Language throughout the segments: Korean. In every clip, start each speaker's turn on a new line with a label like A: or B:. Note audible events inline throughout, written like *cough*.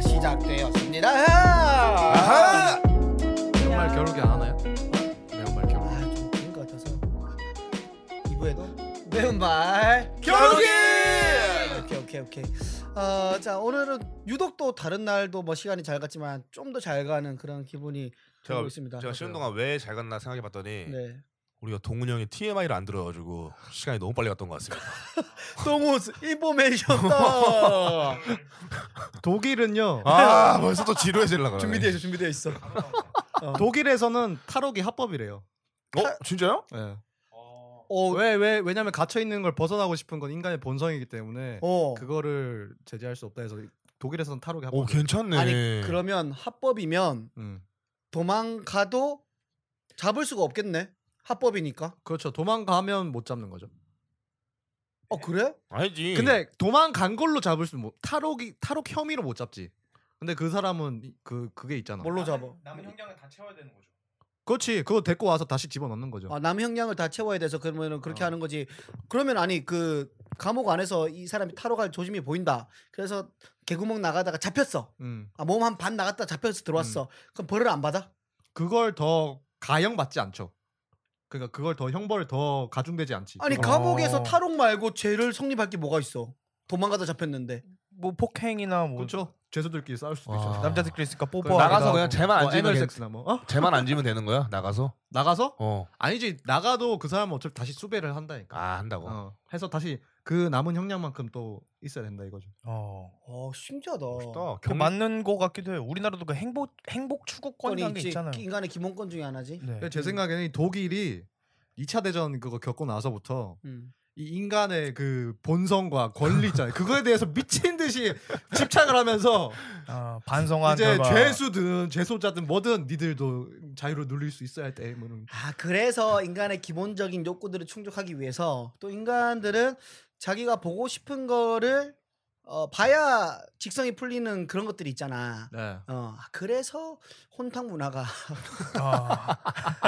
A: 시작되었습니다.
B: 아하!
A: 아하!
B: 연말 겨루기 안 하나요? 연말 겨루기.
A: 아, 좀 그런 것 같아서 2부에도 매운말
B: 겨루기!
A: 오케이 오케이 오케이. 어, 자 오늘은 유독 또 다른 날도 뭐 시간이 잘 갔지만 좀 더 잘 가는 그런 기분이
C: 제가
A: 들고 있습니다.
C: 제가 쉬는 동안 왜 잘 갔나 생각해봤더니
A: *laughs* 네.
C: 우리가 동훈이 형이 TMI를 안 들어가지고 시간이 너무 빨리 갔던 것 같습니다.
A: 동호스 인포메이션 *laughs* 다
B: 독일은요.
C: *laughs* 아 벌써 또 지루해질라 그래.
A: 준비되어 있어 준비되어 있어.
B: 독일에서는 탈옥이 합법이래요.
C: 어 진짜요?
B: 예.
A: 어,
B: 왜, 왜, 왜냐면 갇혀 있는 걸 벗어나고 싶은 건 인간의 본성이기 때문에
A: 어.
B: 그거를 제재할 수 없다 해서 독일에서는 탈옥이
C: 오
B: 합법.
C: 괜찮네.
A: 아니 그러면 합법이면
B: 음.
A: 도망가도 잡을 수가 없겠네. 합법이니까.
B: 그렇죠. 도망가면 못 잡는 거죠.
A: 어 그래?
C: 아니지.
B: 근데 도망간 걸로 잡을 수 못. 탈옥이 탈옥 혐의로 못 잡지. 근데 그 사람은 이- 그 그게 있잖아.
A: 뭘로 잡아?
D: 남은 형량은 다 채워야 되는 거죠.
B: 그렇지. 그거 데리고 와서 다시 집어넣는 거죠.
A: 아, 남형량을 다 채워야 돼서 그러면 그렇게
B: 어.
A: 하는 거지. 그러면 아니 그 감옥 안에서 이 사람이 타러 갈 조짐이 보인다. 그래서 개구멍 나가다가 잡혔어.
B: 음.
A: 아, 몸 한 반 나갔다 잡혀서 들어왔어. 그럼 벌을 안 받아?
B: 그걸 더 가형 받지 않죠. 그러니까 그걸 더 형벌 더 가중되지 않지.
A: 아니
B: 그거-
A: 감옥에서 탈옥 말고 죄를 성립할 게 뭐가 있어? 도망가다 잡혔는데.
D: 뭐 폭행이나 뭐
B: 그렇죠. 죄수들끼리 싸울 수도
C: 와.
B: 있잖아.
D: 남자들끼리 있으니까 뽀뽀
B: 그럼
C: 나가서 그냥 쟤만 안 찍으면
B: 애널
C: 돼.
B: 섹스나 뭐. 어?
C: 쟤만 앉으면 되는 거야? 나가서?
B: 나가서?
C: 어.
B: 아니지. 나가도 그 사람은 어차피 다시 수배를 한다니까.
C: 아 한다고.
B: 어. 해서 다시 그 남은 형량만큼 또 있어야 된다 이거죠.
D: 어.
A: 어 신기하다.
C: 멋있다.
D: 그 맞는 거 같기도 해요. 우리나라도 그 행복 행복
A: 건이
D: 추구권이라는 게
A: 있지.
D: 있잖아요.
A: 인간의 기본권 중에 하나지.
D: 네.
B: 제 생각에는 이 독일이 2차 대전 그거 겪고 나서부터
A: 음.
B: 이 인간의 그 본성과 권리 *laughs* 있잖아요. 그거에 대해서 미친 듯이 집착을 하면서
D: 아, 반성한
B: 이제
D: 결과.
B: 죄수든 죄소자든 뭐든 니들도 자유로 누릴 수 있어야 돼. 뭐 이런.
A: 아 그래서 인간의 기본적인 욕구들을 충족하기 위해서 또 인간들은 자기가 보고 싶은 거를 어, 봐야 직성이 풀리는 그런 것들이 있잖아.
B: 네.
A: 어 그래서 혼탕 문화가 *laughs*
D: 아,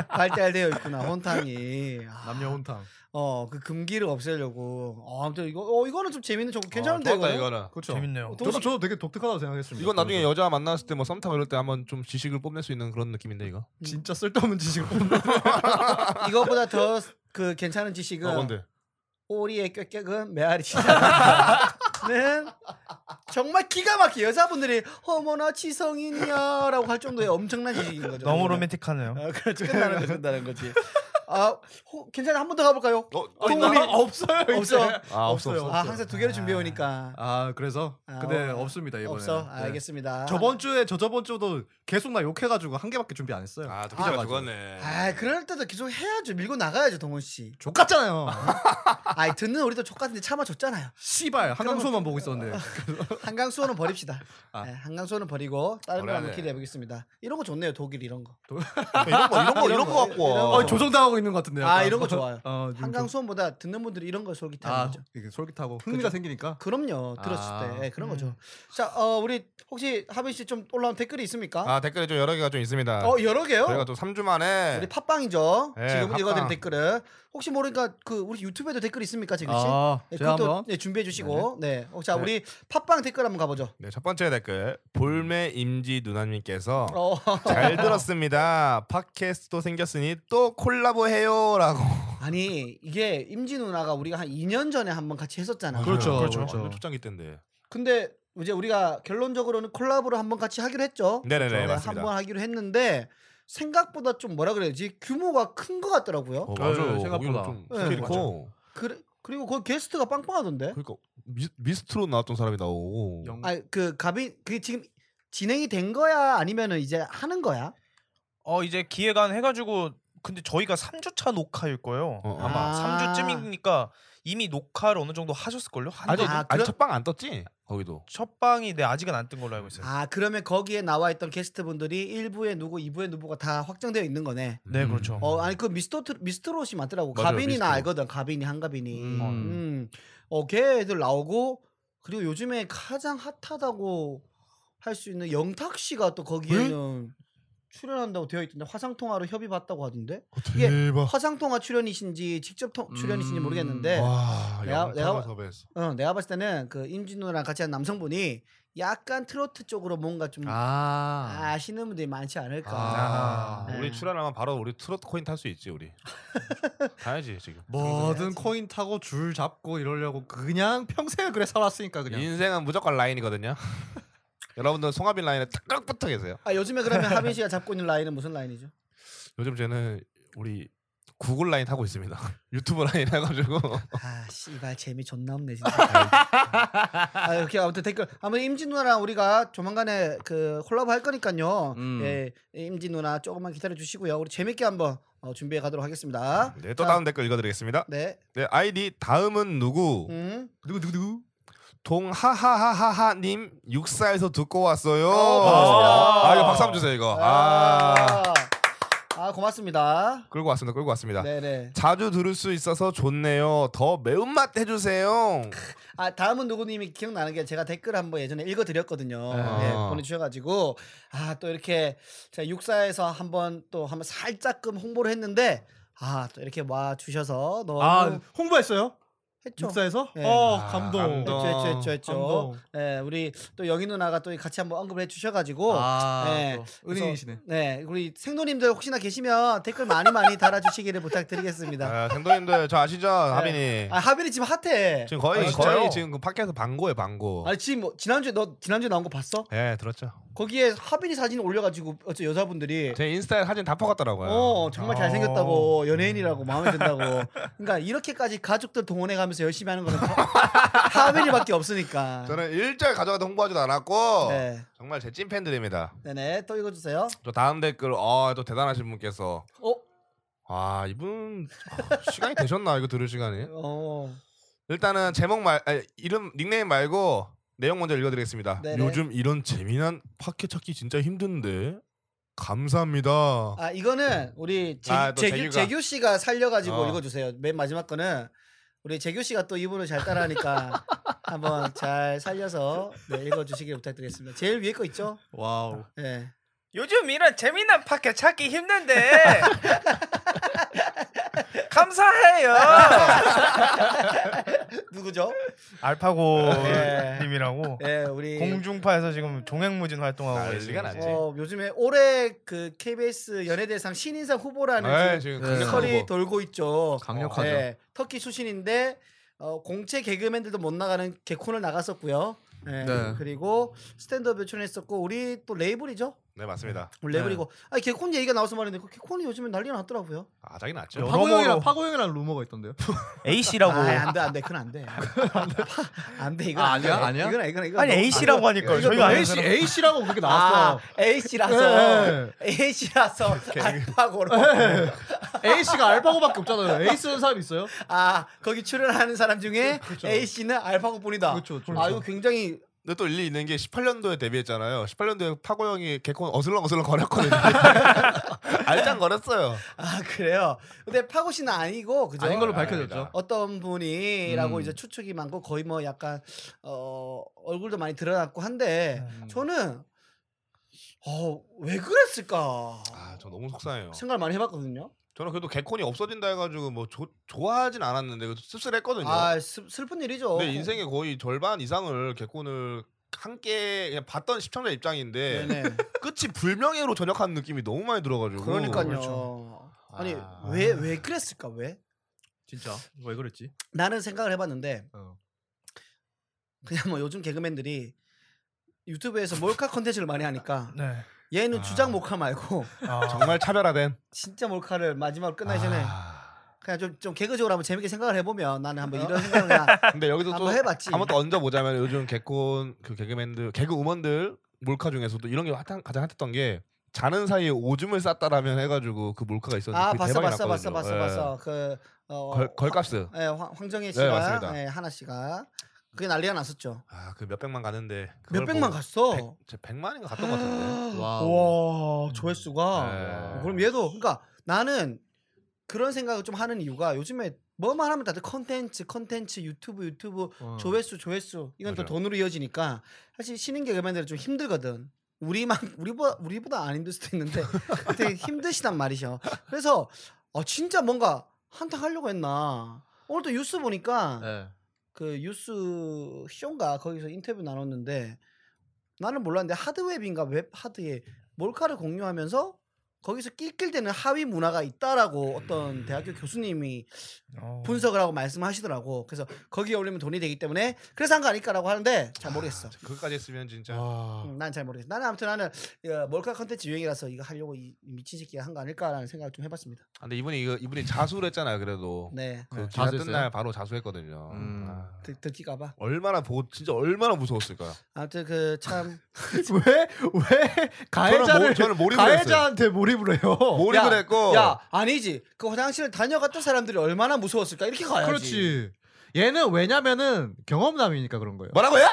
A: 발달되어 있구나 혼탕이. 아,
B: 남녀 혼탕.
A: 어그 금기를 없애려고. 어, 아무튼 이거 어 이거는 좀 재밌는 저거 괜찮은데
C: 아, 좋았다,
A: 이거.
C: 이거는.
B: 그렇죠.
D: 재밌네요.
A: 어, 동시-
B: 저도 저도 되게 독특하다고 생각했습니다.
C: 이건 나중에
B: 그래서.
C: 여자 만났을 때 뭐 썸타고 이럴 때 한번 좀 지식을 뽐낼 수 있는 그런 느낌인데 이거.
B: 진짜 쓸데없는 *laughs* 지식을 뽑는.
A: 이거보다 더 그 괜찮은 지식은
C: 어 뭔데?
A: 오리의 꾀꾀은 *laughs* 메아리 치자는 정말 기가 막히게 여자분들이 어머나 지성이냐라고 할 정도의 엄청난 지식인 거죠.
D: 너무 로맨틱하네요.
A: 아, 그렇죠. *laughs* 끝나는 거지, 끝나는 거지. 아, 호, 괜찮아. 한 번 더 가볼까요?
C: 어,
B: 어,
C: 있나?
B: 있나? 없어요. 이제.
A: 없어.
C: 아 없어
B: 없어요.
C: 없어.
A: 아, 항상 두 개를 준비해 오니까
B: 아 그래서
A: 아,
B: 근데
A: 어.
B: 없습니다 이번에.
A: 없어. 아, 알겠습니다.
B: 저번 주에 저 저번 주도 계속 나 욕해가지고 한 개밖에 준비 안 했어요.
C: 아
B: 아,
C: 도피자가
B: 맞아.
C: 죽었네.
A: 아, 그럴 때도 계속 해야죠. 밀고 나가야죠, 동원 씨.
B: 족같잖아요.
A: 아, 듣는 우리도 족같은데 참아줬잖아요.
B: 씨발 한강수만 보고 있었는데.
A: 아, 한강수호는 버립시다.
B: 아.
A: 네, 한강수호는 버리고 다른 걸
C: 버려야
A: 한번
C: 돼.
A: 기대해 보겠습니다. 이런 거 좋네요, 독일 이런 거.
C: 이런 거 이런 거 이런 거
A: 이런
C: 갖고.
A: 거.
B: 어, 조정당하고 있는 것 같은데.
A: 아,
B: 약간.
A: 이런 거 좋아요.
B: 어, 좀
A: 한강수원보다 듣는 분들이 이런 걸
B: 좀-
A: 솔깃하는
B: 아,
A: 거죠.
B: 이게 솔깃하고 흥미가
A: 그죠?
B: 생기니까.
A: 그럼요. 들었을
B: 아.
A: 때 예, 그런 거죠.
D: 음.
A: 자, 어, 우리 혹시 하빈 씨 좀 올라온 댓글이 있습니까?
C: 아 네. 댓글이 좀 여러 개가 좀 있습니다.
A: 어, 여러 개요.
C: 저희가 또 3주 만에
A: 우리 팟빵이죠.
C: 예,
A: 지금
C: 네. 팟빵.
A: 읽어드린 댓글은 혹시 모르니까 그 우리 유튜브에도 댓글 있습니까, 지금 씨?
B: 아,
A: 네,
B: 제가
A: 그것도
B: 한번
A: 예, 준비해 주시고 네. 어, 자,
B: 네.
A: 우리 팟빵 댓글 한번 가보죠.
C: 네, 첫 번째 댓글 볼매 임지 누나님께서
A: 어, *laughs*
C: 잘 들었습니다. 팟캐스트도 생겼으니 또 콜라보해요라고.
A: 아니 이게 임지 누나가 우리가 한 2년 전에 한번 같이 했었잖아.
B: 맞아요. 그렇죠,
C: 그렇죠.
B: 그렇죠.
C: 완전 초창기 때인데.
A: 어, 근데 이제 우리가 결론적으로는 콜라보를 한번 같이 하기로 했죠.
C: 네네네, 맞습니다.
A: 그렇죠. 한번 하기로 했는데 생각보다 좀 뭐라 그래야지 규모가 큰 것 같더라고요.
C: 어,
B: 네,
C: 맞아요.
B: 생각보다.
C: 거기는 좀
A: 네,
C: 스케일이
B: 맞아.
C: 커.
A: 그래, 그리고 거기 게스트가 빵빵하던데.
C: 그러니까 미, 미스트로 나왔던 사람이 나오고.
B: 영-
A: 아 그 가빈 그게 지금 진행이 된 거야 아니면은 이제 하는 거야?
D: 어 이제 기획안 해가지고 근데 저희가 3주차 녹화일 거예요.
C: 어, 어.
D: 아마
A: 아.
D: 3주쯤이니까 이미 녹화를 어느 정도 하셨을 걸요.
C: 아직
A: 아,
C: 아직
A: 그래-
C: 첫 방 안 떴지? 거기도.
D: 첫 방이 네 아직은 안 뜬 걸로 알고 있어요.
A: 아 그러면 거기에 나와 있던 게스트분들이 1부에 누구, 2부에 누구가 다 확정되어 있는 거네.
D: 네, 그렇죠.
C: 음.
A: 어 아니 그 미스터 미스트롯이 맞더라고.
C: 맞아요,
A: 가빈이 나
C: 미스트롯.
A: 알거든. 가빈이 한가빈이.
B: 음.
A: 음. 어, 걔들 나오고 그리고 요즘에 가장 핫하다고 할 수 있는 영탁 씨가 또 거기에는 출연한다고 되어 있던데 화상 통화로 협의 받다고 하던데 이게
C: 대박.
A: 화상 통화 어. 출연이신지 직접 통- 출연이신지
B: 음.
A: 모르겠는데
C: 와,
A: 네. 내가-
C: 영타가
A: 내가-
C: 섭외했어.
A: 어, 내가 봤을 때는 그 임진우랑 같이 한 남성분이 약간 트로트 쪽으로 뭔가 좀
B: 아.
A: 아. 시는 분들이 많지
C: 그러니까.
A: 않을까.
B: 아.
A: 네.
C: 우리 출연하면 바로 우리 트로트 코인 탈 수 있지 우리. 가야지 지금.
B: 뭐든 코인 타고 줄 잡고 이러려고 그냥 평생을 그래 살았으니까 그냥.
C: 인생은 무조건 라인이거든요. *laughs* 여러분들 송하빈 라인에 딱 붙어 계세요.
A: 아, 요즘에
B: *laughs*
A: 그러면 하빈 씨가 잡고 있는 라인은 무슨 라인이죠?
B: 어.
C: 요즘 저는 우리 구글 라인 하고 있습니다. *laughs* 유튜브 라인 해가지고
A: 아 씨발 재미 존나 없네 진짜. 아 이렇게 아무튼 댓글 아무튼 임진 누나랑 우리가 조만간에 그 콜라보 할 거니까요.
B: 음.
A: 예, 임진 누나 조금만 기다려 주시고요. 우리 재밌게 한번 어, 준비해 가도록 하겠습니다.
C: *laughs* 네, 또
A: 자,
C: 다음 댓글 읽어드리겠습니다.
A: 네.
C: 네, 아이디 다음은 누구?
A: 음.
B: 누구 누구 누구?
C: 동하하하하하님 육사에서 듣고 왔어요.
A: 어,
D: 반갑습니다.
C: 아 이거 박수 한번 주세요 이거. 아.
A: 아. 아 고맙습니다.
C: 끌고 왔습니다. 끌고 왔습니다.
A: 네네.
C: 자주 들을 수 있어서 좋네요. 더 매운맛 해주세요.
A: 아 다음은 누구님이 기억나는 게 제가 댓글 한번 예전에 읽어드렸거든요.
B: 네.
C: 아.
A: 예, 보내주셔가지고 아 또 이렇게 제가 육사에서 한번 또 한번 살짝금 홍보를 했는데 아 또 이렇게 와 주셔서 너무
B: 아 홍보했어요?
A: 했죠.
B: 육사에서?
A: 네.
B: 어
C: 아,
B: 감동.
C: 감동.
A: 했죠, 했죠, 했죠, 했죠.
B: 감동.
A: 예, 우리 또 영희 누나가 또 같이 한번 언급을 해주셔가지고.
B: 아,
A: 네.
B: 또 은인이시네.
A: 그래서, 네, 우리 생도님들 혹시나 계시면 댓글 많이 많이 달아주시기를 부탁드리겠습니다.
C: 아, 생도님들 저 아시죠, 하빈이?
A: 아, 하빈이 지금 핫해.
C: 지금 거의
B: 아, 진짜요?
C: 거의 지금 그 팟캐스트 방고에 방고.
A: 아니 지금 뭐 지난주에 너 지난주에 나온 거 봤어?
C: 예, 들었죠.
A: 거기에 하빈이 사진 올려가지고 어째 여자분들이
C: 제 인스타에 사진 다 퍼갔더라고요. 어.
A: 어 정말
B: 아.
A: 잘생겼다고 연예인이라고 마음에 든다고 그러니까 이렇게까지 가족들 동원해가면서 열심히 하는 거는 하- 하빈이밖에 없으니까
C: 저는 일절 가져가도 홍보하지도 않았고
A: 네
C: 정말 제 찐팬들입니다.
A: 네네 또 읽어주세요
C: 저 다음 댓글 어또 대단하신 분께서
A: 어?
C: 아 이분 시간이 되셨나 이거 들을 시간이?
A: 어
C: 일단은 제목 말 아니, 이름 닉네임 말고 내용 먼저 읽어드리겠습니다.
A: 네네.
C: 요즘 이런 재미난 팟캐 찾기 진짜 힘든데 감사합니다.
A: 아 이거는 우리 재,
C: 아, 또
A: 재규,
C: 재규가.
A: 재규 씨가 살려가지고
C: 어.
A: 읽어주세요. 맨 마지막 거는 우리 재규 씨가 또 이분을 잘
C: *laughs*
A: 따라하니까 한번 잘 살려서 네, 읽어주시길 부탁드리겠습니다. 제일 위에 거 있죠?
B: 와우.
A: 예.
D: 요즘 이런 재미난 팟캐 찾기 힘든데 감사해요.
A: 누구죠? 예.
D: 알파고님이라고
B: 네.
A: 예, 우리
D: 공중파에서 지금 종횡무진 활동하고
C: 난리가
D: 계시고
C: 났지.
A: 어, 요즘에 올해 그 KBS 연예대상 신인상 후보라는
C: 네,
A: 지금
C: 지금
B: 네.
C: 강력한
A: 스컬이
C: 후보.
A: 돌고 있죠.
B: 강력하죠.
A: 예, 터키 출신인데 어, 공채 개그맨들도 못 나가는 개콘을 나갔었고요. 예,
B: 네.
A: 그리고 스탠드업에 출연했었고 우리 또 레이블이죠.
C: 네 맞습니다.
A: 원래
B: 네.
A: 그리고 아 개콘 얘기가 나와서 말인데 그 개콘이 요즘에 난리가 났더라고요.
C: 아 자기 낫죠.
D: 여-
B: 파고 형이랑
D: 여러모로.
B: 파고 형이랑 루머가 있던데요.
D: A 씨라고
A: 아안돼 안돼 그건
B: *laughs*
A: 안돼 안돼 이건
B: 아,
A: 안 돼.
B: 아니야? 아니야?
A: 이건 이건 이건
D: 아니
A: 너무-
D: A 씨라고 하니까
A: 이거
D: 저희가
B: 뭐 A 씨 A 씨라고 그렇게
A: 아
B: 나왔어.
A: A 씨라서
B: 네.
A: A
B: *laughs*
A: 씨라서 알파고로
B: A 씨가 알파고밖에 없잖아요. A 쓰는 사람 있어요?
A: 아 거기 출연하는 사람 중에
B: 그쵸.
A: A 씨는 알파고뿐이다.
B: 그렇죠.
A: 아 이거 굉장히
C: 근데 또 일리 있는 게 18년도에 데뷔했잖아요. 18년도에 파고 형이 개콘 어슬렁어슬렁 거렸거든요. 알짱 거렸어요.
A: 아 그래요. 근데 파고 씨는 아니고 그죠?
B: 아닌 걸로
C: 아,
B: 밝혀졌죠.
C: 아닙니다.
A: 어떤 분이라고
B: 음.
A: 이제 추측이 많고 거의 뭐 약간 어 얼굴도 많이 드러났고 한데
B: 음.
A: 저는 어 왜 그랬을까
C: 아저 너무
B: 그렇죠.
C: 속상해요.
A: 생각을 많이 해봤거든요.
C: 저는 그래도 개콘이 없어진다 해가지고 뭐 조, 좋아하진 않았는데 그래도 씁쓸했거든요.
B: 그렇죠.
A: 아 슬, 슬픈 일이죠.
C: 근데 인생의 거의 절반 이상을 개콘을 함께 그냥 봤던 시청자 입장인데
B: *laughs*
A: 네네.
C: 끝이 불명예로 전역한 느낌이 너무 많이 들어가지고
A: 그러니까요.
B: 그렇죠.
A: 아니
C: 아.
A: 왜 왜 그랬을까 왜?
B: 진짜 왜 그랬지?
A: 나는 생각을 해봤는데
B: 어.
A: 그냥 뭐 요즘 개그맨들이 유튜브에서 몰카 컨텐츠를 많이 하니까
D: 네. 아.
A: 얘는
C: 아.
A: 주작 몰카 말고 *laughs*
C: 정말 차별화된
A: 진짜 몰카를 마지막으로 끝나기 전에
C: 아.
A: 그냥 좀, 좀 개그적으로 한번 재밌게 생각을 해보면 나는
C: 어?
A: 한번 이런 생각을 그냥
C: 근데 여기서 또
A: 한번 해봤지.
C: 한번 또 얹어보자면 요즘 개콘 그 개그맨들 개그우먼들 몰카 중에서도 이런 게 핫한, 가장 핫했던 게 자는 사이에 오줌을 쌌다라면 해가지고 그 몰카가 있었는데
A: 아
C: 그게
A: 봤어
C: 대박이
A: 봤어 봤어
C: 났거든요.
A: 봤어
C: 예.
A: 봤어 그 어,
C: 걸, 걸값스
A: 예, 황- 황정혜
C: 네,
A: 씨가
C: 맞습니다. 음.
A: 예, 하나 씨가 그게 난리가 났었죠.
C: 아그 몇백만 가는데
A: 몇 백만 갔어.
C: 백, 제 백만인가 갔던 것 같은데
A: *gasps* 와 조회수가
C: 예.
A: 그럼 얘도 그러니까 나는 그런 생각을 좀 하는 이유가 요즘에 뭐만 하면 다들 컨텐츠 컨텐츠 유튜브 유튜브
B: 어.
A: 조회수 조회수 이건 또
C: 맞아요.
A: 돈으로 이어지니까 사실 신인 개그맨들은 좀 힘들거든. 우리만 *laughs* 우리보다 우리보다 안 힘들 수도 있는데 되게 힘드시단 말이죠. 그래서 어, 진짜 뭔가 한탕 하려고 했나. 오늘 또 뉴스 보니까
B: 네.
A: 그 뉴스 쇼인가 거기서 인터뷰 나눴는데 나는 몰랐는데 하드웹인가 웹 하드에 몰카를 공유하면서 거기서 낄낄대는 하위 문화가 있다라고 어떤 대학교 교수님이
D: 어.
A: 분석을 하고 말씀하시더라고. 그래서 거기에 올리면 돈이 되기 때문에 그래서 한 거 아닐까라고 하는데 잘 모르겠어. 음,
C: 그것까지 했으면 진짜
B: 와.
A: 난 잘 모르겠어. 나는 아무튼 나는 어, 몰카 컨텐츠 유행이라서 이거 하려고 이 미친 새끼가 한 거 아닐까라는 생각을 좀 해봤습니다.
C: 아, 근데 이분이 이거 이분이 자수를 했잖아요 그래도
A: 네,
C: 그
B: 네,
C: 기사
B: 자수했어요?
C: 뜬날 바로 자수했거든요
B: 음.
C: 아,
A: 듣, 듣기까봐.
C: 얼마나 보 진짜 얼마나 무서웠을까요
A: 아무튼 그 참
B: 왜왜
C: 저는,
B: 가해자를
C: 모, 저는 몰입을 했어요
B: 가해자한테 몰입을 해요?
C: 몰입을
A: 야,
C: 했고
B: 어.
A: 야 아니지 그 화장실을 다녀갔던 사람들이 얼마나 무서웠을까 이렇게 가야지.
B: 그렇지. 얘는 왜냐면은 경험담이니까 그런 거예요.
C: 뭐라고요?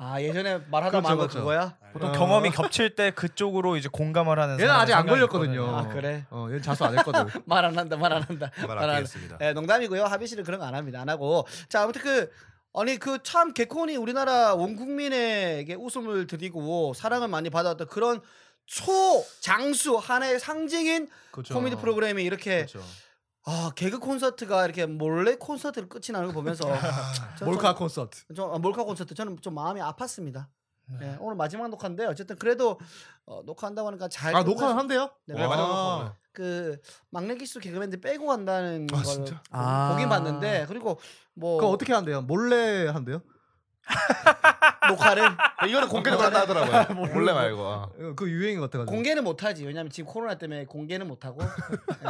A: 아 예전에 말하다
B: 그렇죠,
A: 말한 거
B: 그렇죠.
A: 그거야? *laughs*
D: 보통
B: 어.
D: 경험이 겹칠 때 그쪽으로 이제 공감을 하는.
B: 얘는 아직 안
D: 사람의 성향이
B: 걸렸거든요.
D: 있거든요.
A: 아 그래.
B: 어, 얘는 자수 안 했거든.
A: 말 안 한다 말 안 한다
C: 말
A: 말
C: 안
A: 안 한다.
C: 하겠습니다
A: 예, 농담이고요. 하빈 씨는 그런 거 안 합니다. 안 하고 자 아무튼 그 아니 그 참 개콘이 우리나라 온 국민에게 웃음을 드리고 사랑을 많이 받았던 그런 초 장수 하나의 상징인
B: *laughs* 그렇죠.
A: 코미디 프로그램이 이렇게
B: 그렇죠.
A: 아 개그 콘서트가 이렇게 몰래 콘서트를 끝이 나는 걸 보면서 저는
B: *laughs* 몰카 콘서트.
A: 좀, 좀, 아, 몰카 콘서트 저는 좀 마음이 아팠습니다.
B: 네.
A: 예, 오늘 마지막 녹화인데 어쨌든 그래도 어, 녹화한다고 하니까 잘
B: 아
A: 끝나서-
B: 녹화 한대요?
A: 네,
C: 네, 마지막 녹화 오늘.
A: 그 막내 기수 개그맨들 빼고 한다는 걸
C: 진짜?
A: 보-
B: 아.
A: 보긴 봤는데 그리고 뭐
B: 그거 어떻게 한대요? 몰래 한대요? *laughs*
A: 녹화를
C: 이거는 공개를 한다 하더라고요 몰래 말고 아.
B: 이거 그 유행인 것 같아가지고.
A: 공개는 못하지 왜냐면 지금 코로나 때문에 공개는
B: *laughs*
A: 못하고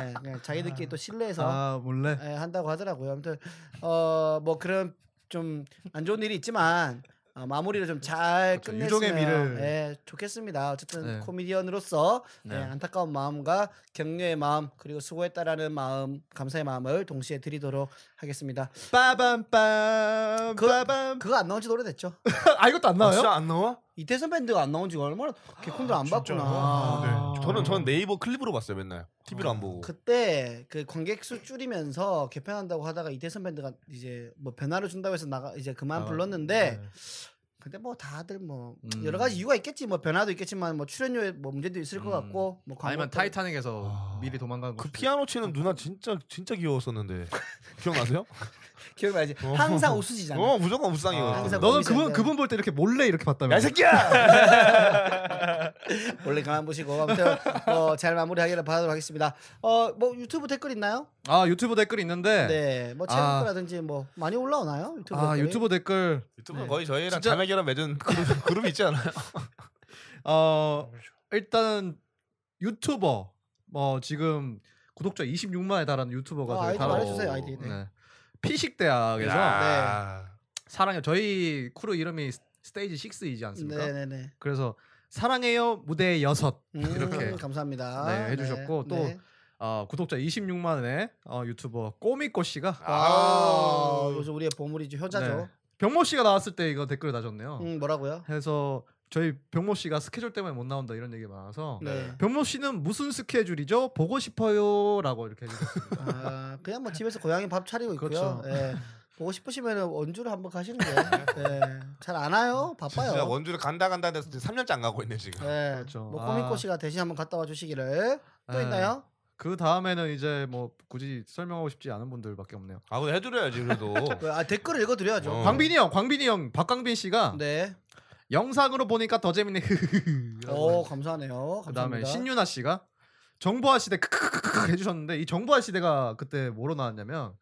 A: 예, 그냥 자기들끼리 또 실내에서
B: 아 몰래.
A: 예, 한다고 하더라고요 아무튼 어뭐 그런 좀 안 좋은 일이 있지만 어, 마무리를 좀 잘
B: 그렇죠.
A: 끝냈으면
B: 유종의 미를.
A: 예, 좋겠습니다 어쨌든
B: 네.
A: 코미디언으로서 예,
B: 네.
A: 안타까운 마음과 격려의 마음 그리고 수고했다라는 마음 감사의 마음을 동시에 드리도록 하겠습니다
B: 빠밤빰
A: 그-
B: 빠밤.
A: 그거 안 나온 지도 오래됐죠
B: 아 이것도 안
C: 아,
B: 나와요?
C: 진짜 안 나와?
A: 이태선 밴드가 안 나온 지가 얼마나 개콘들 안
D: 진짜요?
A: 봤구나.
B: 아, 네.
C: 저는 저는 네이버 클립으로 봤어요 맨날 TV로 안 보고
A: 그때 그 관객 수 줄이면서 개편한다고 하다가 이태선 밴드가 이제 뭐 변화를 준다고 해서 나가 이제 그만
B: 아,
A: 불렀는데
B: 네.
A: 근데 뭐 다들 뭐
B: 음.
A: 여러 가지 이유가 있겠지 뭐 변화도 있겠지만 뭐 출연료에 뭐 문제도 있을 것
B: 음.
A: 같고 뭐 광고
B: 아니면
A: 때-
B: 타이타닉에서
C: 아.
B: 미리 도망간 거.
C: 그 피아노 치는 누나 진짜 진짜 귀여웠었는데
A: *laughs*
C: 기억나세요?
A: 기억나지
C: 어.
B: *laughs*
A: 항상 우수지잖아.
C: 어 무조건 무쌍이에요.
B: 아,
A: 항상 뭐
B: 너는
A: 고민이
B: 그분
A: 된다.
B: 그분 볼 때 이렇게 몰래 이렇게 봤다며.
C: 야, 이 새끼야!
A: 원래 그만 보시고 아무튼 어, 잘 마무리하기를 바라도록 하겠습니다. 어 뭐 유튜브 댓글 있나요?
B: 아 유튜브 댓글 있는데.
A: 네. 뭐
B: 아.
A: 채널라든지 뭐 많이 올라오나요? 유튜브
B: 아
A: 댓글이?
B: 유튜브 댓글
C: 유튜브는
B: 네.
C: 거의 저희랑
B: 진짜-
C: 자매 결혼 맺은 그룹, 그룹이 있지 않아요?
B: 어 일단 유튜버 뭐 지금 구독자 26만에 달하는 유튜버가
A: 아,
B: 저희
A: 아이디
B: 따로-
A: 말해주세요, 아이디. 네.
B: 피식 대학에서
C: 야.
B: 사랑해 저희 크루 이름이 스- 스테이지 6이지 않습니까?
A: 네네네.
B: 그래서 사랑해요 무대 여섯
A: 음,
B: 이렇게
A: *laughs* 감사합니다.
B: 네, 해주셨고 또 어, 구독자 26만의 어, 유튜버 꼬미꼬 씨가
A: 아,
C: 아우.
A: 요즘 우리의 보물이죠 효자죠.
B: 네. 병모 씨가 나왔을 때 이거 댓글 다졌네요.
A: 음, 뭐라고요?
B: 그래서 저희 병모 씨가 스케줄 때문에 못 나온다 이런 얘기 많아서
A: 네.
B: 병모 씨는 무슨 스케줄이죠? 보고 싶어요라고 이렇게 해주셨습니다.
A: 아, 그냥 뭐 집에서 고양이 밥 차리고 있고요.
B: 그렇죠. 네.
A: 예. 보고 싶으시면 원주를 한번 가시는 게.
B: *laughs*
A: 예. 잘안 와요.
C: 진짜
A: 바빠요.
C: 원주를 간다 간다 해서 3년째 안 가고 있네 지금.
A: 예.
B: 음, 그렇죠.
A: 뭐
B: 아.
A: 꼬미꼬씨가 대신 한번 갔다 와 주시기를. 또
B: 네.
A: 있나요?
B: 그 다음에는 이제 뭐 굳이 설명하고 싶지 않은 분들밖에 없네요.
C: 아 근데 해드려야지
A: *laughs*
C: 그래도.
A: 그, 아, 댓글을 읽어 드려야죠.
C: 어.
B: 광빈이 형, 광빈이 형, 박광빈 씨가
A: 네.
B: 영상으로 보니까 더 재밌네. *laughs*
A: 오, 감사하네요.
B: 그다음에
A: 어, 감사합니다.
B: 신유나 씨가 정보화 시대 크크크크 해주셨는데 이 정보화 시대가 그때 뭐로 나왔냐면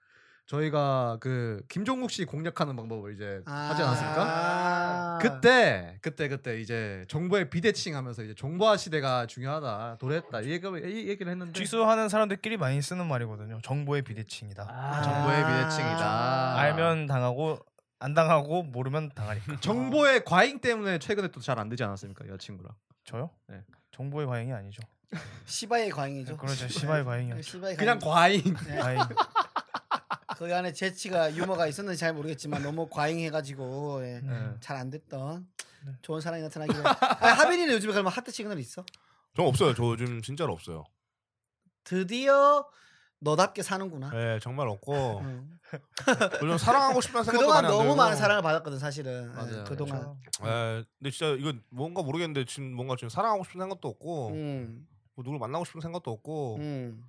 B: 저희가 그 김종국 씨 공략하는 방법을 이제 하지 않았습니까?
A: 아.
B: 그때 그때 그때 이제 정보의 비대칭하면서 이제 정보화 시대가 중요하다 도래했다 이 얘기- 이 얘기를 했는데
D: 취소하는 사람들끼리 많이 쓰는 말이거든요. 정보의 비대칭이다.
B: 아, 정보의 비대칭이다.
D: 알면 당하고 안 당하고 모르면
B: *laughs*
D: 당하니까.
B: 정보의 과잉 때문에 최근에 또 잘 안 되지 않았습니까 여친구랑?
D: 저요?
B: 네.
D: 정보의 과잉이 아니죠.
A: 시바의 과잉이죠.
B: *laughs*
A: 네,
D: 그렇죠. 시바의 과잉이요.
A: 시바의
B: 그냥
A: 과잉.
B: 과잉.
D: 과잉.
A: 그 안에 재치가 유머가 있었는지 잘 모르겠지만 너무 과잉해가지고 예.
B: 음.
D: 네.
A: 잘 안 됐던
D: 네.
A: 좋은 사랑이 나타나기를 아, 하빈이는 요즘에 그러면 하트 시그널 있어?
C: 전 없어요. 저 요즘 진짜로 없어요.
A: 드디어 너답게 사는구나
C: 네 정말 없고
A: *laughs* 응.
C: 요즘 사랑하고 싶다는 생각도
A: 그동안
C: 많이 안
A: 너무
C: 들고.
A: 많은 사랑을 받았거든 사실은
B: 맞아요.
A: 예, 그동안
D: 그렇죠.
C: 에, 근데 진짜 이건 뭔가 모르겠는데 지금 뭔가 지금 사랑하고 싶은 생각도 없고
A: 음,
C: 뭐 누굴 만나고 싶은 생각도 없고
A: 음.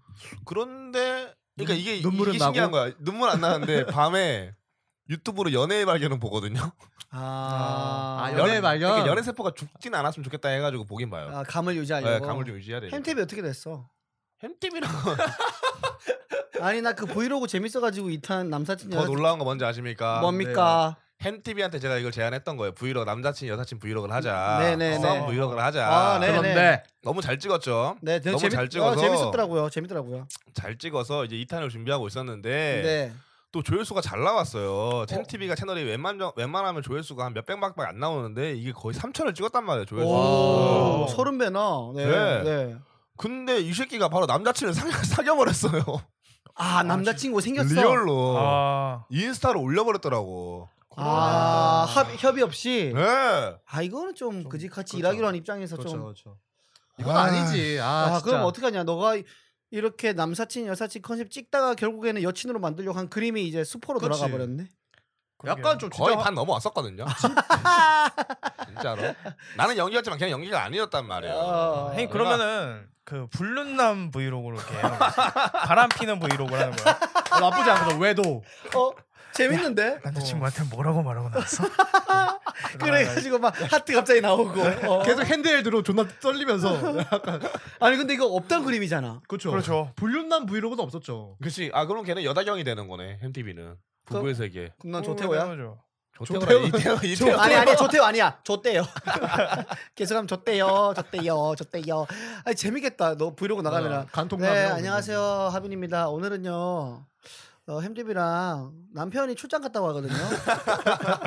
C: 그런데 그러니까 이게
B: 눈물은
C: 이게 신기한
B: 나고?
A: *laughs*
C: 거야. 눈물 안 나는데 밤에 유튜브로 연애의 발견은 보거든요.
A: 아,
B: 아, 연애 발견?
C: 그러니까 연애 세포가 죽진 않았으면 좋겠다 해가지고 보긴 봐요.
A: 아, 감을 유지하려고.
C: 네, 감을 좀 유지해야 돼.
A: 햄탭이 어떻게 됐어?
C: 햄티비라고
A: 아니 나 그 브이로그 재밌어가지고 이탄 남사친
C: 더
A: 여사친
C: 놀라운 거 뭔지 아십니까?
A: 뭡니까?
C: 햄티비한테 제가 이걸 제안했던 거예요. 브이로그 남자친 여사친 브이로그를 하자.
A: 네네네.
C: 썸 브이로그를 하자.
A: 아, 네네.
B: 그런데
C: 너무 잘 찍었죠.
A: 네, 되게
C: 너무
A: 재밌,
C: 잘 찍어서.
A: 어, 재밌었더라고요. 재밌더라고요.
C: 잘 찍어서 이제 2탄을 준비하고 있었는데
A: 네.
C: 또 조회수가 잘 나왔어요. 햄티비가 채널이 웬만 웬만하면 조회수가 한 몇백 밖에 안 나오는데 이게 거의 3천을 찍었단 말이에요. 조회수.
A: 오,
B: 와.
A: 서른 배나. 네,
C: 아. 네.
A: 네.
C: 근데 이 새끼가 바로 남자친을 사겨, *laughs* 사겨버렸어요.
A: 아 남자친구 생겼어.
C: 리얼로
D: 아.
C: 인스타로 올려버렸더라고.
A: 아 합, 협의 없이.
C: 네.
A: 아 이거는 좀 그지같이
B: 그렇죠.
A: 일하기로 한 입장에서
B: 그렇죠
A: 좀.
B: 그렇죠. 이건
C: 아,
B: 아, 니지 아,
A: 아,
B: 진짜.
A: 그럼 어떡하냐. 너가 이렇게 남사친 여사친 컨셉 찍다가 결국에는 여친으로 만들려고 한 그림이 이제 수포로
B: 그렇지.
A: 돌아가 버렸네.
B: 약간 좀
C: 거의
B: 진짜
C: 반 넘어왔었거든요. 진짜로. 나는 연기였지만 걔는 연기가 아니었단 어, 그러니까 말이에요.
A: 아.
D: 아니 그러면은 그 불륜남 브이로그로 이렇게 하는 거지. 바람 피는 브이로그를 하는 거야.
B: 어, 나쁘지 않거든. 외도
A: 어 재밌는데.
D: *laughs* 남자친구한테 뭐라고 말하고 *laughs* 나왔어?
A: 그래가지고 막 하트 갑자기 나오고. 어.
B: 계속 핸드헬 들어 존나 떨리면서 약간
A: 아니 근데 이거 없던 그림이잖아.
B: *laughs* 그렇죠.
D: 그렇죠.
B: 불륜남 브이로그는 없었죠.
C: 그렇지. 아 그럼 걔는 여다경이 되는 거네. 햄티비는 부부의 세계.
A: 그럼
B: 어,
A: 난
D: 어,
A: 조태호야.
C: 조태호 이태호 이태호.
A: 아니
B: *laughs*
A: 아니 조태호 아니야. 조태요. *laughs* 계속하면 조태요, 조태요, 조태요. 아니 재밌겠다. 너 브이로그
B: 어,
A: 나가면.
B: 간통남.
A: 네 안녕하세요 하빈입니다. 오늘은요. 어, 햄디비랑 남편이 출장 갔다 *laughs* 와거든요.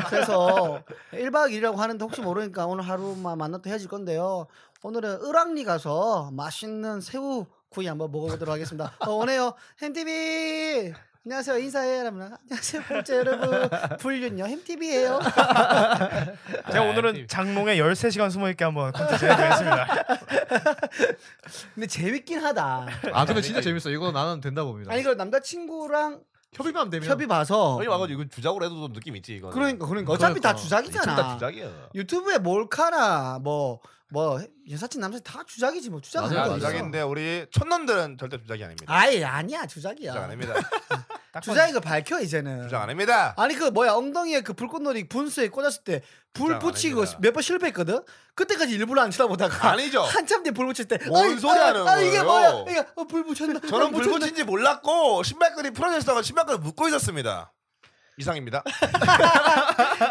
A: 그래서 1박 2일이라고 하는데 혹시 모르니까 오늘 하루만 만나도 헤어질 건데요. 오늘은 을왕리 가서 맛있는 새우 구이 한번 먹어보도록 하겠습니다. 어, 오네요. 햄티비! 안녕하세요. 인사해. 라면 안녕하세요. 볼째 여러분. 불륜요. 햄티비예요
D: 아,
C: 아,
D: 제가 오늘은 장롱에 13시간 숨어있게 한번 컨텐츠 *laughs* 해보겠습니다.
A: 근데 재밌긴 하다.
B: 아 근데 진짜 재밌어. 이거 나는 된다 봅니다.
A: 아니, 그 남자친구랑
B: 협의만 되면
A: 협의 봐서.
C: 여기 와가지고 이건 주작으로 해도 좀 느낌 있지 이거.
A: 그러니까, 그러니까. 어, 어차피 다
B: 그러니까.
A: 주작이잖아.
C: 다 주작이야.
A: 유튜브에 몰카나 뭐. 뭐 여사친 남사친 다 주작이지 뭐 주작
B: 맞아,
A: 아니야
B: 맞아.
C: 주작인데 우리 촌놈들은 절대 주작이 아닙니다.
A: 아예 아니야
C: 주작
A: 주작이야
C: 아닙니다.
A: 주작인 걸 밝혀 이제는
C: 주작 아닙니다.
A: 아니 그 뭐야 엉덩이에 그 불꽃놀이 분수에 꽂았을 때 불
C: 주장
A: 붙이고
C: 아닙니다.
A: 몇 번 실패했거든 그때까지 일부러 안 쳐다보다가
C: 아니죠.
A: 한참 뒤에 불 붙일 때뭔
C: 뭔 소리 하는
A: 아, 이게
C: 거예요?
A: 뭐야 이게 어, 불 붙였나
C: *laughs* 저는
A: 아,
C: 불
A: 붙였나?
C: 붙인지 몰랐고 신발끈이 풀어져 있어서 신발끈을 묶고 있었습니다. 이상입니다.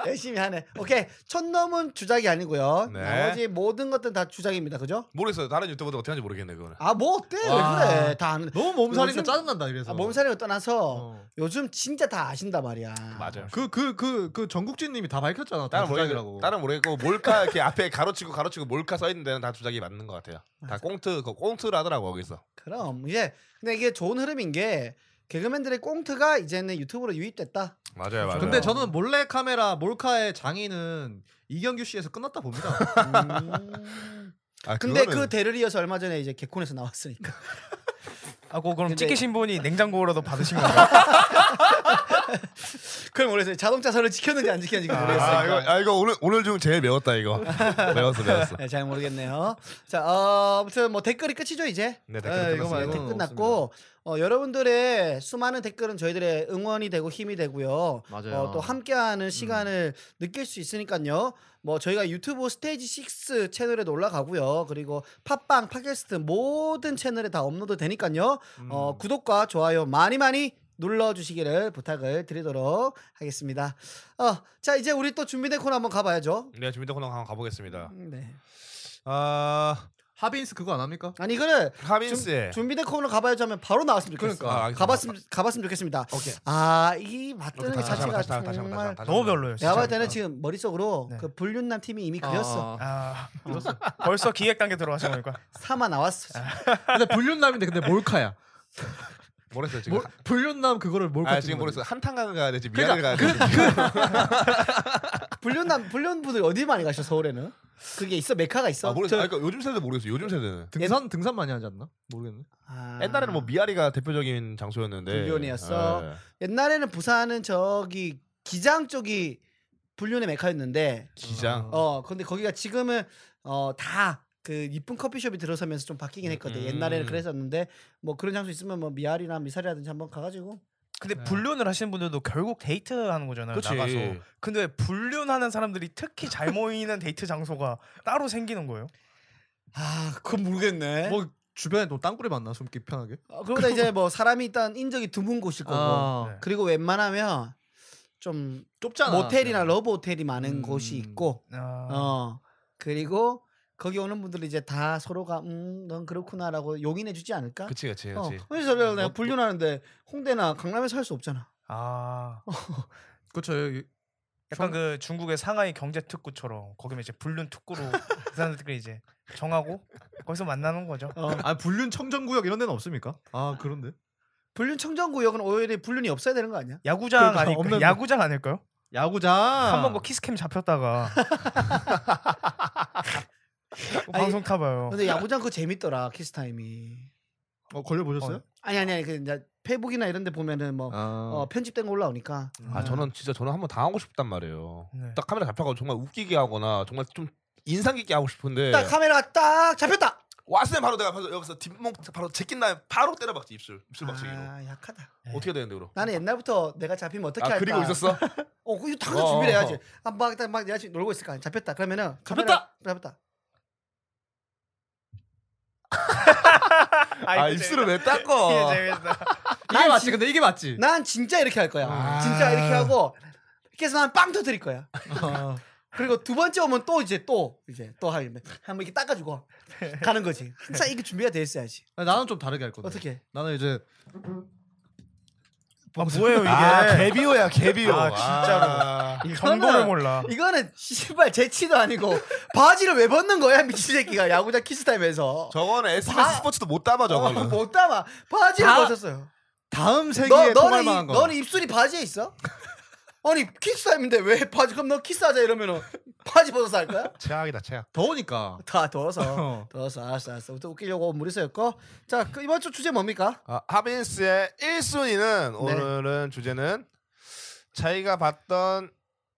A: 열심히 하네 오케이 첫 놈은 주작이 아니고요
C: 네.
A: 나머지 모든 것들은 다 주작입니다 그죠
C: 모르겠어요. 다른 유튜버들 어떻게 하는지 모르겠네 그거는.
A: 아 뭐 어때
B: 와.
A: 왜 그래 다 아는
B: 너무 몸살이니까
A: 요즘-
B: 짜증난다 이래서.
A: 아, 몸살이고 떠나서
B: 어.
A: 요즘 진짜 다 아신다 말이야.
C: 맞아요.
B: 그그 그 그 전국진님이 다 밝혔잖아. 다
C: 다른
B: 주작이라고.
C: 모르겠고, 다른 모르겠고 몰카 이렇게 앞에 가로치고 가로치고 몰카 써 있는 데는 다 주작이 맞는 것 같아요. 다 꽁트 그 꽁트라더라고 거기서.
A: 그럼 이제 근데 이게 좋은 흐름인 게 개그맨들의 꽁트가 이제는 유튜브로 유입됐다.
C: 맞아요, 맞아요.
B: 근데 저는 몰래 카메라 몰카의 장인은 이경규 씨에서 끝났다 봅니다.
A: *laughs* 음.
C: 아,
A: 근데
C: 그거는-
A: 그 대를 이어서 얼마 전에 이제 개콘에서 나왔으니까.
D: 아, 그거 그럼
A: 근데-
D: 찍히신 분이 냉장고라도 받으신 건가요?
A: *laughs* 그럼 모르겠어요. 자동차 선을 지켰는지 안 지켰는지
C: 아,
A: 모르겠어요.
C: 이거, 아 이거 오늘 오늘 중 제일 매웠다 이거. 매웠어, 매웠어.
A: 네, 잘 모르겠네요. 자, 어, 아무튼 뭐 댓글이 끝이죠 이제.
C: 네, 댓글
A: 어, 이거
C: 끝났습니다.
A: 뭐 댓글 끝났고 어, 여러분들의 수많은 댓글은 저희들의 응원이 되고 힘이 되고요.
B: *laughs* 맞아요.
A: 어, 또
C: 음.
A: 함께하는 시간을 느낄 수 있으니까요. 뭐 저희가 유튜브 스테이지 6 채널에도 올라가고요. 그리고 팟빵, 팟캐스트 모든 채널에 다 업로드 되니까요.
C: 음.
A: 어, 구독과 좋아요 많이 많이 눌러주시기를 부탁을 드리도록 하겠습니다. 어, 자 이제 우리 또 준비된 코너 한번 가봐야죠.
C: 네, 준비된 코너 한번 가보겠습니다.
A: 음, 네.
C: 아,
B: 하빈스 그거 안 합니까?
A: 아니 이거는
C: 하빈스의
A: 준비된 코너 가봐야죠 하면 바로 나왔으면 좋겠어.
C: 네. 그러니까. 아,
A: 가봤으면 가봤으면 좋겠습니다.
C: 오케이.
A: 아 이 맞드는 게
C: 다시 한번,
A: 자체가
C: 다시 한번, 다시 한번, 다시
A: 정말
C: 한번, 다시
D: 너무
C: 한번.
D: 별로예요. 진짜.
A: 아, 내가 봤을 때는 지금 머릿속으로
D: 네.
A: 그 불륜남 팀이 이미 그렸어.
B: 아.
D: 아, 벌써 기획 단계 들어가신 거니까.
A: 사마 나왔어. 지금.
B: 근데 불륜남인데 근데 몰카야.
C: 모르겠어요 지금.
B: 몰, 불륜남 그거를 몰카.
C: 아
B: 찍은
C: 지금 모르겠어요. 한탕 가는 가야 되지 미안해
B: 그러니까
C: 가야 되지.
A: 불륜남 불륜분들 어디 많이 가셔 서울에는? 그게 있어 메카가 있어.
C: 아 모르겠어.
A: 저-
C: 아, 그러니까 요즘 세대 모르겠어. 요즘 세대는.
B: 등산 등산 많이 하지 않나? 모르겠네.
A: 아.
C: 옛날에는 뭐 미아리가 대표적인 장소였는데.
A: 불륜이었어.
C: 예.
A: 옛날에는 부산은 저기 기장 쪽이 불륜의 메카였는데
C: 기장.
A: 어 근데 거기가 지금은 어다 그 이쁜 커피숍이 들어서면서 좀 바뀌긴 했거든.
C: 음.
A: 옛날에는 그랬었는데 뭐 그런 장소 있으면 뭐 미아리나 미사리라든지 한번 가가지고
D: 근데
B: 네.
D: 불륜을 하시는 분들도 결국 데이트하는 거잖아요.
C: 그치.
D: 나가서. 근데 불륜하는 사람들이 특히 잘 모이는 데이트 장소가 따로 생기는 거예요.
A: 아 그건 모르겠네.
B: 뭐 주변에 또 땅굴이 많나 숨기 편하게?
A: 어, 그러다 이제 뭐 사람이 일단 인적이 드문 곳일 거고
B: 아,
D: 네.
A: 그리고 웬만하면 좀
B: 좁잖아. 네.
A: 모텔이나 러브 호텔이 많은
B: 음.
A: 곳이 있고
D: 아,
A: 어 그리고 거기 오는 분들은 이제 다 서로가 음 넌 그렇구나라고 용인해주지 않을까?
C: 그치 그치
A: 어.
C: 그치.
A: 그래서 내가
C: 뭐 또-
A: 불륜하는데 홍대나 강남에 살 수 없잖아.
D: 아.
C: 어,
B: 그렇죠. 여기
D: 약간 그 중국의 상하이 경제 특구처럼 거기면 이제 불륜 특구로 그 사람들끼리 이제 정하고 거기서 만나는 거죠.
A: 어.
B: 아 불륜 청정구역 이런 데는 없습니까? 아 그런데
A: 불륜 청정구역은 오히려 불륜이 없어야 되는 거 아니야?
D: 야구장
B: 그러니까
D: 아닐까?
B: 없는-
D: 요 야구장 아닐까요?
B: 야구장
D: 한 번 그 키스캠
C: *laughs*
D: 잡혔다가 그 방송
C: 어.
D: 타봐요.
A: 근데 야구장 그거 재밌더라 키스 타임이.
B: 어, 걸려 보셨어요?
A: 아니 아니 아니 그 이제 페북이나 이런 데 보면은 뭐
B: 아.
A: 어, 편집된 거 올라오니까
B: 음.
C: 아 저는 진짜 저는 한번 당하고 싶단 말이에요.
D: 네.
C: 딱 카메라 잡혀가지고 정말 웃기게 하거나 정말 좀 인상 깊게 하고 싶은데
A: 딱 카메라가 딱 잡혔다.
C: 왔으면 바로 내가 바로 여기서 뒷목 바로 제낀 다음에 바로 때려박지 입술 입술 박치기로
A: 아 약하다.
D: 예. 네.
C: 어떻게 되는데 그럼?
A: 나는 옛날부터 내가 잡히면 어떻게
C: 아
A: 할까?
C: 그리고 있었어?
A: 어, 그 이거 당장
C: 어,
A: 준비를 해야지.
C: 어.
A: 아막 딱 막 내가 지금 놀고 있을 거 아니야. 잡혔다. 그러면은
C: 잡혔다!
A: 카메라- 잡혔다.
C: 아 입술을 왜 닦어?
D: 아,
B: 이게
A: 아,
B: 맞지? 근데 이게 맞지?
A: 난 진짜 이렇게 할 거야.
C: 아.
A: 진짜 이렇게 하고 이렇게 해서 난 빵 터뜨릴 거야.
B: 아.
A: 그리고 두 번째 오면 또 이제 또 이제 또 하면 한번 이렇게 닦아주고 가는 거지. 항상 이게 준비가 돼 있어야지.
B: 나는 좀 다르게 할 건데.
A: 어떻게?
B: 나는 이제
D: 아 뭐예요 이게?
C: 아 개비오야 개비오.
D: 아, 진짜로.
C: 아.
D: 정보를 몰라.
A: 이거는 씨발 재치도 아니고 바지를 왜 벗는 거야 미친 새끼가 야구장 키스타임에서.
C: 저거는 SBS
A: 바-
C: 스포츠도 못 담아
A: 어,
C: 저거는.
A: 못 담아 바지를
B: 다-
A: 벗었어요.
B: 다음 세기에
A: 너
B: 통할
A: 너는
B: 만한
A: 이-
B: 거.
A: 너는 입술이 바지에 있어? 아니 키스타임인데 왜 바지 그럼 너 키스하자 이러면은 바지 벗어서 할 거야?
C: 최악이다 최악.
B: 더우니까.
A: 다 더워서
B: 어.
A: 더워서 알았어 알았어 또 웃기려고 무리수였고 자 그, 이번 주 주제 뭡니까?
C: 아, 하빈스의 1순위는 오늘은 주제는 자기가 봤던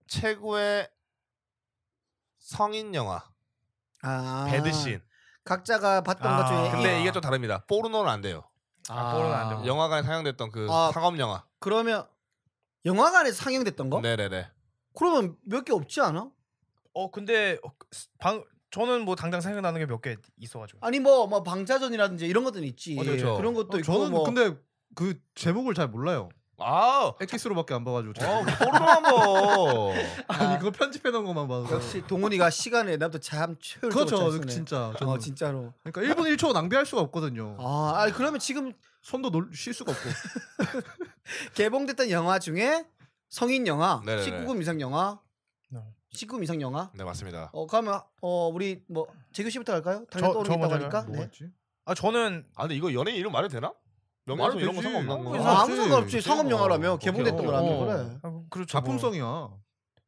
C: 최고의 성인 영화
A: 아
C: 배드신.
A: 각자가 봤던
D: 아,
A: 것 중에
C: 근데
A: 이-
C: 이게 좀 다릅니다. 포르노는 안 돼요.
D: 아, 그거는 안 돼요.
C: 영화관에 상영됐던 그
A: 아,
C: 상업 영화.
A: 그러면 영화관에서 상영됐던 거?
C: 네네네.
A: 그러면 몇 개 없지 않아?
D: 어 근데 어, 방 저는 뭐 당장 생각나는 게 몇 개 있어가지고.
A: 아니 뭐 뭐 방자전이라든지 이런 것들은 있지
C: 어, 그렇죠.
A: 그런 것도
B: 어,
A: 있고
B: 저는
A: 뭐
B: 근데 그 제목을 잘 몰라요. 어,
C: *laughs* 아,
B: 엑기스로밖에 안 봐가지고. 잘
C: 어,
B: 몰라요.
C: 포르노한 거.
B: *laughs* 아니 그거 편집해 놓은 것만
A: *laughs*
B: 봐서.
A: 역시 동훈이가 시간에 나도 참 최고
B: 그렇죠. 진짜. 저는.
A: 어 진짜로
B: 그러니까 1분 1초 낭비할 수가 없거든요.
A: 아 아니, 그러면 지금
B: 손도 놀, 쉴 수가 없고.
A: 개봉됐던 영화 중에 성인 영화
C: 네네네.
A: 19금 이상 영화
D: 네.
A: 19금 이상 영화
C: 네 맞습니다.
A: 어 그러면 어 우리 뭐 재규 씨부터 할까요? 당장
D: 저-
A: 떠오르는 게
D: 저
A: 있다고
D: 먼저요?
A: 하니까. 네.
B: 뭐였지?
D: 아 저는
C: 아 근데 이거 연예인 이름 말해도 되나?
B: 말해도
C: 명예훼손 이런 거
B: 되지.
C: 상관없는
B: 뭐
A: 아,
C: 거.
B: 이상하지.
A: 아무 상관없지. 상업
C: 뭐,
A: 영화라며
C: 뭐,
A: 개봉됐던
B: 뭐,
A: 거라며
B: 뭐.
A: 그래.
D: 아, 그렇죠. 뭐.
B: 작품성이야.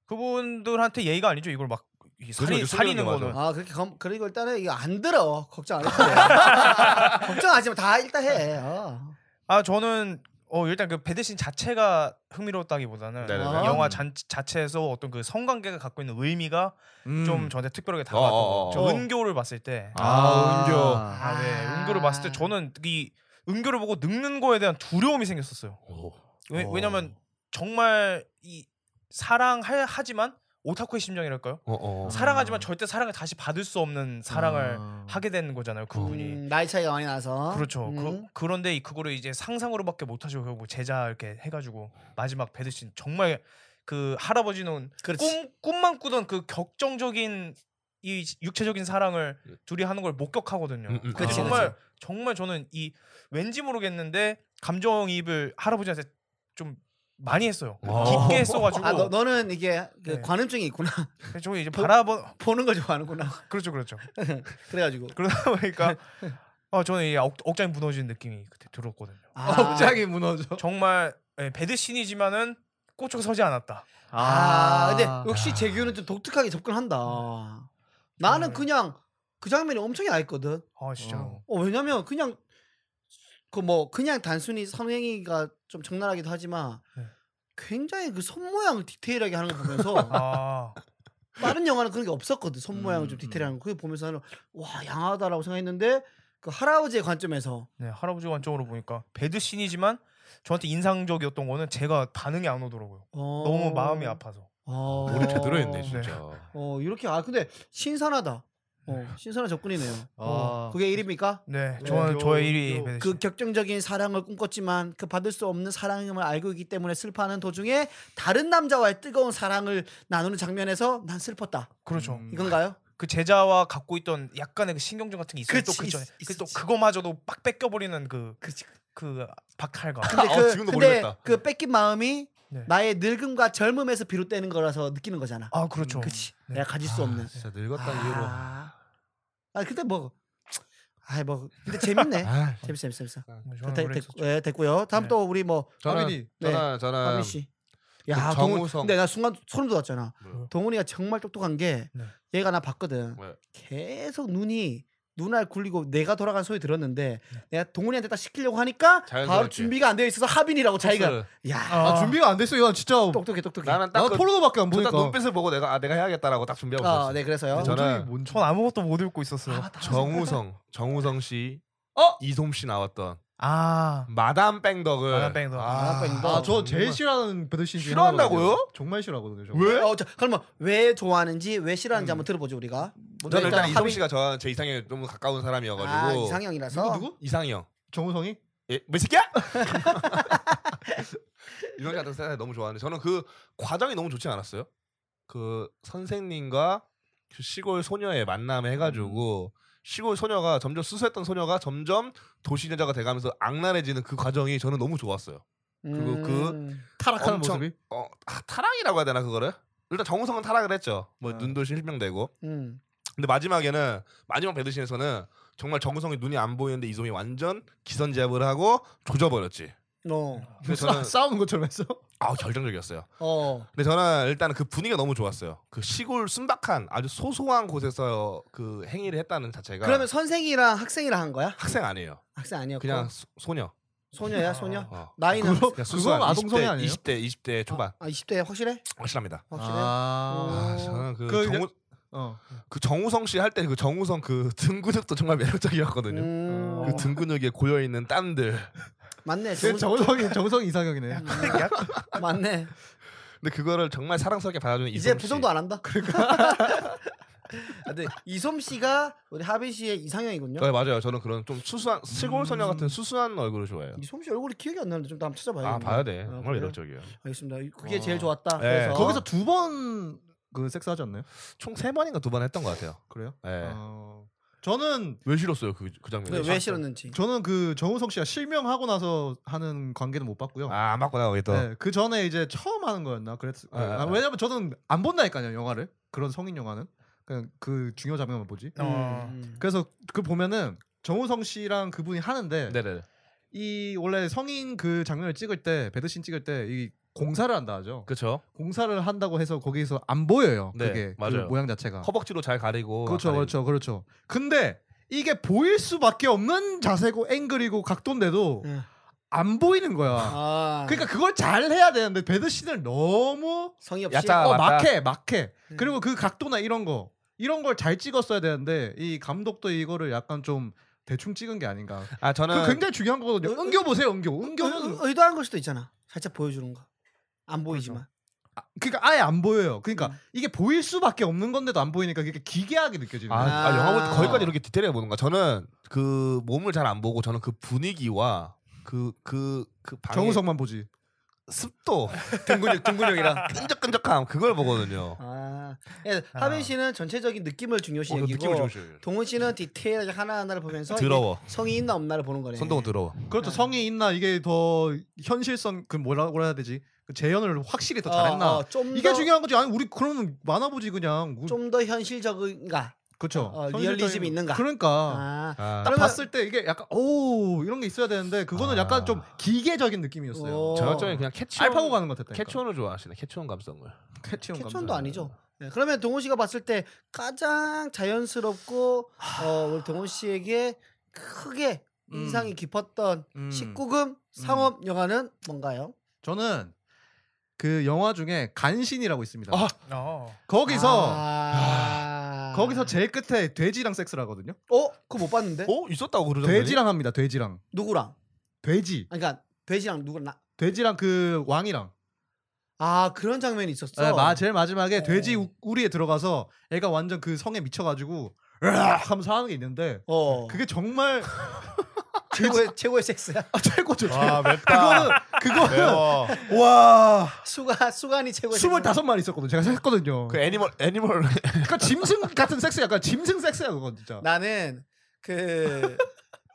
D: 그분들한테 예의가 아니죠. 이걸 막 이, 살이
C: 그렇죠, 소리하는
D: 살이는
C: 게 맞아.
D: 거는.
A: 아 그렇게 검, 그리고 일단은 이거 안 들어 걱정 안 해도 돼. *laughs* 걱정하지 마다 일단 해. 어.
D: 아 저는 어 일단 그 배드신 자체가 흥미로웠다기보다는
C: 네네네.
A: 아.
D: 영화 잔, 자체에서 어떤 그 성관계가 갖고 있는 의미가
B: 음.
D: 좀 저한테 특별하게 다가왔던
C: 음. 어, 어,
D: 거.
C: 어.
D: 저 은교를 봤을 때.
C: 아, 은교.
D: 아, 네. 은교를 봤을 때 저는 이 은교를 보고 늙는 거에 대한 두려움이 생겼었어요.
C: 오.
D: 왜,
C: 어.
D: 왜냐면 정말 이 사랑하지만 오타쿠의 심정이랄까요?
C: 어, 어.
D: 사랑하지만 절대 사랑을 다시 받을 수 없는 사랑을
C: 아.
D: 하게 되는 거잖아요.
C: 어.
D: 그분이.
A: 음, 나이 차이가 많이 나서.
D: 어. 그렇죠.
A: 음.
D: 그, 런데 그거를 이제 상상으로밖에 못 하시고 결국 뭐 제자 이렇게 해가지고 마지막 배드신 정말 그 할아버지는
A: 그렇지.
D: 꿈 꿈만 꾸던 그 격정적인 이 육체적인 사랑을 둘이 하는 걸 목격하거든요.
C: 음, 음.
D: 근데
A: 그치,
D: 정말
A: 그치.
D: 정말 저는 이 왠지 모르겠는데 감정이입을 할아버지한테 좀 많이 했어요.
C: 와.
D: 깊게 했어가지고
A: 아 너, 너는 이게 그
D: 네.
A: 관음증이 있구나. *laughs*
D: 저 이제 바라본
A: 보는 걸 좋아하는구나.
D: 그렇죠 그렇죠.
A: 그래가지고. *laughs*
D: 그러다 보니까 어, 저는 이 억, 억장이 무너지는 느낌이 그때 들었거든요.
A: 아,
B: 억장이 무너져.
D: 정말 예, 배드신이지만은 꽂혀 서지 않았다.
A: 아, 근데 역시 재규는 좀 독특하게 접근한다. 나는
D: 정말.
A: 그냥 그 장면이 엄청 얇거든.
D: 아 진짜.
B: 어.
A: 어, 왜냐면 그냥 그 뭐 그냥 단순히 성행위가 좀 적나라하기도 하지만
D: 네.
A: 굉장히 그 손 모양을 디테일하게 하는 거 보면서
D: *laughs* 아
A: 다른 영화는 그런 게 없었거든. 손 모양을 좀
B: 음,
A: 디테일하는 거. 그게 보면서 나는 와 양하다라고 생각했는데 그 할아버지의 관점에서
D: 네, 할아버지 관점으로 보니까 배드신이지만 저한테 인상적이었던 거는 제가 반응이 안 오더라고요.
A: 어.
D: 너무 마음이 아파서.
A: 어.
C: 우리 제대로 했네
D: 네.
C: 진짜.
A: 어 이렇게 아 근데 신선하다. 어 신선한 접근이네요.
B: 아.
A: 어, 그게 1위입니까?
D: 네,
B: 네,
D: 저는
B: 요-
D: 저의
B: 요-
D: 1위 배드
A: 어, 그
D: 씨.
A: 격정적인 사랑을 꿈꿨지만 그 받을 수 없는 사랑임을 알고 있기 때문에 슬퍼하는 도중에 다른 남자와의 뜨거운 사랑을 나누는 장면에서 난 슬펐다.
D: 그렇죠.
B: 음.
A: 이건가요?
D: 그 제자와 갖고 있던 약간의 그 신경전 같은 게 있어요.
A: 그치,
D: 또 그전에
A: 있-
D: 그또
A: 있었지.
D: 그거마저도 막 뺏겨버리는 그
A: 그치.
D: 그 박할과
A: 근데
C: 아,
A: 그
C: 지금도
A: 근데
C: 모르겠다.
A: 그 뺏긴 마음이
D: 네.
A: 나의 늙음과 젊음에서 비롯되는 거라서 느끼는 거잖아.
D: 아 그렇죠.
A: 음, 그치.
D: 네.
A: 내가 가질 수
C: 아,
A: 없는.
C: 진짜 늙었다 이후로.
A: 아, 아 근데 뭐, 아이 뭐 근데
C: *laughs*
A: 재밌네.
C: 아,
A: 재밌어 재밌어 재밌어.
D: 뭐 저는
A: 대,
D: 그랬었죠.
A: 예, 됐고요. 다음
D: 네.
A: 또 우리 뭐
B: 저는
A: 네.
C: 저는 저는
A: 하민 씨. 야,
C: 아, 그
A: 정우성.
C: 정우성.
A: 근데 나 순간 소름 돋았잖아.
C: 뭐요?
A: 동훈이가 정말 똑똑한 게
D: 네.
A: 얘가 나 봤거든.
C: 네.
A: 계속 눈이 눈알 굴리고 내가 돌아간 소리 들었는데
D: 네.
A: 내가 동훈이한테 딱 시키려고 하니까 바로
C: 자연스럽게.
A: 준비가 안 되어 있어서 하빈이라고 자기가
C: 를
A: 야
B: 아, 준비가 안 됐어. 야, 진짜.
A: 똑똑해 똑똑해. 어,
C: 나는
B: 나
C: 딱 그-
B: 아, 포르노밖에 그러니까. 안
C: 저딱
B: 보니까.
C: 눈빛을 보고 내가 아 내가 해야겠다라고 딱 준비하고
A: 아,
C: 있었어.
A: 네 그래서요.
C: 근데 저는
B: 뭔
D: 전 아무것도 못 읽고 있었어요.
C: 정우성, 정우성 씨,
B: 어?
C: 이솜 씨 나왔던
D: 아,
C: 마담 뺑덕을
D: 마담 뺑덕.
A: 마담 뺑덕.
B: 아, 저 제일
C: 정말.
B: 싫어하는 배드신 중에
C: 싫어한다고요?
B: 하나거든요. 정말 싫어하거든요. 저.
C: 왜? 음.
A: 어, 자, 그러면 왜 좋아하는지 왜 싫어하는지 한번 들어보죠 우리가. 먼저
C: 저는 일단 이솜
A: 하빈-
C: 씨가 저제 이상형에 너무 가까운 사람이어가지고
A: 아, 이상형이라서
B: 누구 누구?
C: 이상형.
B: 정우성이?
C: 예, 뭐 새끼야? *laughs* 이런 씨 같은 스타일 너무 좋아하는데 저는 그 과정이 너무 좋지 않았어요. 그 선생님과 그 시골 소녀의 만남 해가지고 시골 소녀가 점점 수수했던 소녀가 점점 도시 여자가 돼가면서 악랄해지는 그 과정이 저는 너무 좋았어요. 그리고 그
A: 음.
B: 타락하는
C: 엄청-
B: 모습이?
C: 어 아, 타락이라고 해야 되나 그거를? 일단 정우성은 타락을 했죠. 뭐
B: 아.
C: 눈도 실명되고.
A: 음.
C: 근데 마지막에는 마지막 배드신에서는 정말 정우성이 눈이 안 보이는데 이솜이 완전 기선제압을 하고 조져버렸지.
A: 어.
C: 그래서
B: 아,
C: 저는
B: 싸우는 것처럼 *laughs* 했어?
C: 아 결정적이었어요.
A: 어.
C: 근데 저는 일단 그 분위기가 너무 좋았어요. 그 시골 순박한 아주 소소한 곳에서 그 행위를 했다는 자체가
A: 그러면 선생이랑 학생이랑 한 거야?
C: 학생 아니에요.
A: 학생 아니었고
C: 그냥 소, 소녀.
A: 소녀야
D: 아.
A: 소녀.
C: 어.
A: 나이는
B: 그거-
C: 그냥
B: 그건
C: 순수한
B: 아동성애 아니에요?
C: 20대 20대 초반
A: 아 20대 확실해?
C: 확실합니다.
A: 확실해.
B: 아.
C: 아,
A: 오.
C: 저는 그,
B: 그-
C: 정우,
B: 어.
C: 그 정우성 씨 할 때 그 정우성 그 등 근육도 정말 매력적이었거든요.
A: 음.
C: 그 등 근육에 고여 있는 땀들.
A: 맞네.
B: 그
A: 정우,
B: 정우성이 *laughs* 정우성 이상형이네.
A: 음,
D: 약
A: 맞네.
C: 근데 그거를 정말 사랑스럽게 받아주는
A: 이제 그
C: 이솜 씨.
A: 부정도 안 한다. *laughs* 그러니까. 근데 이솜 씨가 우리 하빈 씨의 이상형이군요. 음.
C: 네, 맞아요. 저는 그런 좀 수수한 시골 소녀 같은 수수한 얼굴을 좋아해요.
A: 이솜 씨 얼굴이 기억이 안 나는데 좀 한번 찾아봐요.
C: 아 봐야 돼.
A: 아,
C: 정말
A: 그래요?
C: 매력적이에요.
A: 알겠습니다. 그게
B: 어.
A: 제일 좋았다.
C: 네.
A: 그래서
B: 거기서 두 번 그 섹스하지 않나요?
C: 총 세 번인가 두 번 했던 것 같아요.
B: 그래요?
C: 예.
B: 어. 저는
C: 왜 싫었어요 그, 그
A: 왜,
C: 장면?
A: 왜 싫었는지.
B: 저는 그 정우성 씨가 실명하고 나서 하는 관계는 못 봤고요.
C: 아안 맞구나 거기 또.
B: 네, 그 전에 이제 처음 하는 거였나 그랬.
C: 아, 아,
B: 아,
C: 아.
B: 왜냐면 저는 안 본다니까요 영화를 그런 성인 영화는 그냥 그 중요 장면만 보지.
D: 어.
A: 음.
B: 그래서 그 보면은 정우성 씨랑 그분이 하는데
C: 네네.
B: 이 원래 성인 그 장면을 찍을 때 배드신 찍을 때 이 공사를 한다 하죠.
C: 그렇죠.
B: 공사를 한다고 해서 거기서 안 보여요.
C: 네,
B: 그게 그
C: 맞아요.
B: 모양 자체가.
C: 허벅지로 잘 가리고.
B: 그렇죠,
C: 가리고.
B: 그렇죠, 그렇죠. 근데 이게 보일 수밖에 없는 자세고 앵글이고 각도인데도
A: 음.
B: 안 보이는 거야.
A: 아.
B: 그러니까 그걸 잘 해야 되는데 배드 씨는 너무
A: 성의 없이.
C: 야짜. 아,
B: 어,
C: 맞다.
B: 막해, 막해.
A: 음.
B: 그리고 그 각도나 이런 거 이런 걸 잘 찍었어야 되는데 이 감독도 이거를 약간 좀 대충 찍은 게 아닌가.
C: 아
B: 그
A: 네.
C: 저는
B: 굉장히 중요한 거거든요.
A: 의-
B: 은겨 보세요, 은겨, 은겨.
A: 의- 의- 의도한 걸 수도 있잖아. 살짝 보여주는 거. 안 보이지만.
B: 아, 그러니까 아예 안 보여요. 그러니까
A: 음.
B: 이게 보일 수밖에 없는 건데도 안 보이니까 이게 기괴하게 느껴지는
C: 아,
B: 거예요.
C: 아,
A: 아.
C: 영화부터 거기까지 이렇게 디테일해 보는 거야. 저는 그 몸을 잘 안 보고 저는 그 분위기와 그 그그 방의
B: 정우성만 보지.
C: 습도 등근육 등근육이랑 끈적끈적함 그걸 보거든요.
A: 아. 예, 하빈 씨는 전체적인 느낌을 중요시
C: 어, 그
A: 여기고
C: 느낌을 좀 주세요.
A: 동훈 씨는 디테일하게 하나하나를 보면서
C: 더러워.
A: 이게 성이 있나 없나를 보는 거네.
C: 손동은 더러워.
B: 그렇죠.
A: 네.
B: 성이 있나 이게 더 현실성 그 뭐라고 해야 되지? 그 재현을 확실히 더
A: 어,
C: 아,
B: 잘했나?
A: 어, 좀
B: 이게
A: 더-
B: 중요한 거지. 아니 우리 그러면 만화 보지 그냥. 우리-
A: 좀 더 현실적인가?
B: 그렇죠.
A: 어,
B: 현실적인-
A: 리얼리즘이 있는가?
B: 그러니까
A: 아.
C: 아,
B: 딱
A: 그러면-
B: 봤을 때 이게 약간 오 이런 게 있어야 되는데 그거는
C: 아.
B: 약간 좀 기계적인 느낌이었어요.
A: 오.
C: 저는 그냥 캐치온
B: 알파고 가는 것 같았다.
C: 캐치온을 좋아하시네. 캐치온 감성을.
B: 캐치온
A: 캐천도 아니죠. 네, 그러면 동훈 씨가 봤을 때 가장 자연스럽고 어, 우리 동훈 씨에게 크게
B: 음.
A: 인상이 깊었던
B: 음.
A: 19금 상업 영화는 뭔가요?
B: 저는 그 영화 중에 간신이라고 있습니다.
C: 아.
D: 어.
B: 거기서
A: 아.
B: 거기서 제일 끝에 돼지랑 섹스를 하거든요.
A: 어? 그거 못 봤는데?
C: 어 있었다고 그러던데.
B: 돼지랑 합니다. 돼지랑
A: 누구랑?
B: 돼지.
A: 아니, 그러니까 돼지랑 누구랑 나...
B: 돼지랑 그 왕이랑
A: 아 그런 장면이 있었어.
B: 네, 마, 제일 마지막에
A: 어.
B: 돼지 우- 우리에 들어가서 애가 완전 그 성에 미쳐가지고 으악 하면서 하는 게 있는데
A: 어.
B: 그게 정말
A: 최고의 최고의 섹스야. *laughs*
B: *laughs* 아, 최고죠.
C: 와 맵다.
B: 그거는 그거는
C: 매워.
B: 와
A: 수가 수간이 최고의. 섹스야.
B: 25마리 있었거든요. 제가 샀거든요.
C: 그 애니멀 애니멀
B: 그러니까 짐승 같은 섹스 약간 짐승 섹스야 그건 진짜.
A: 나는 그.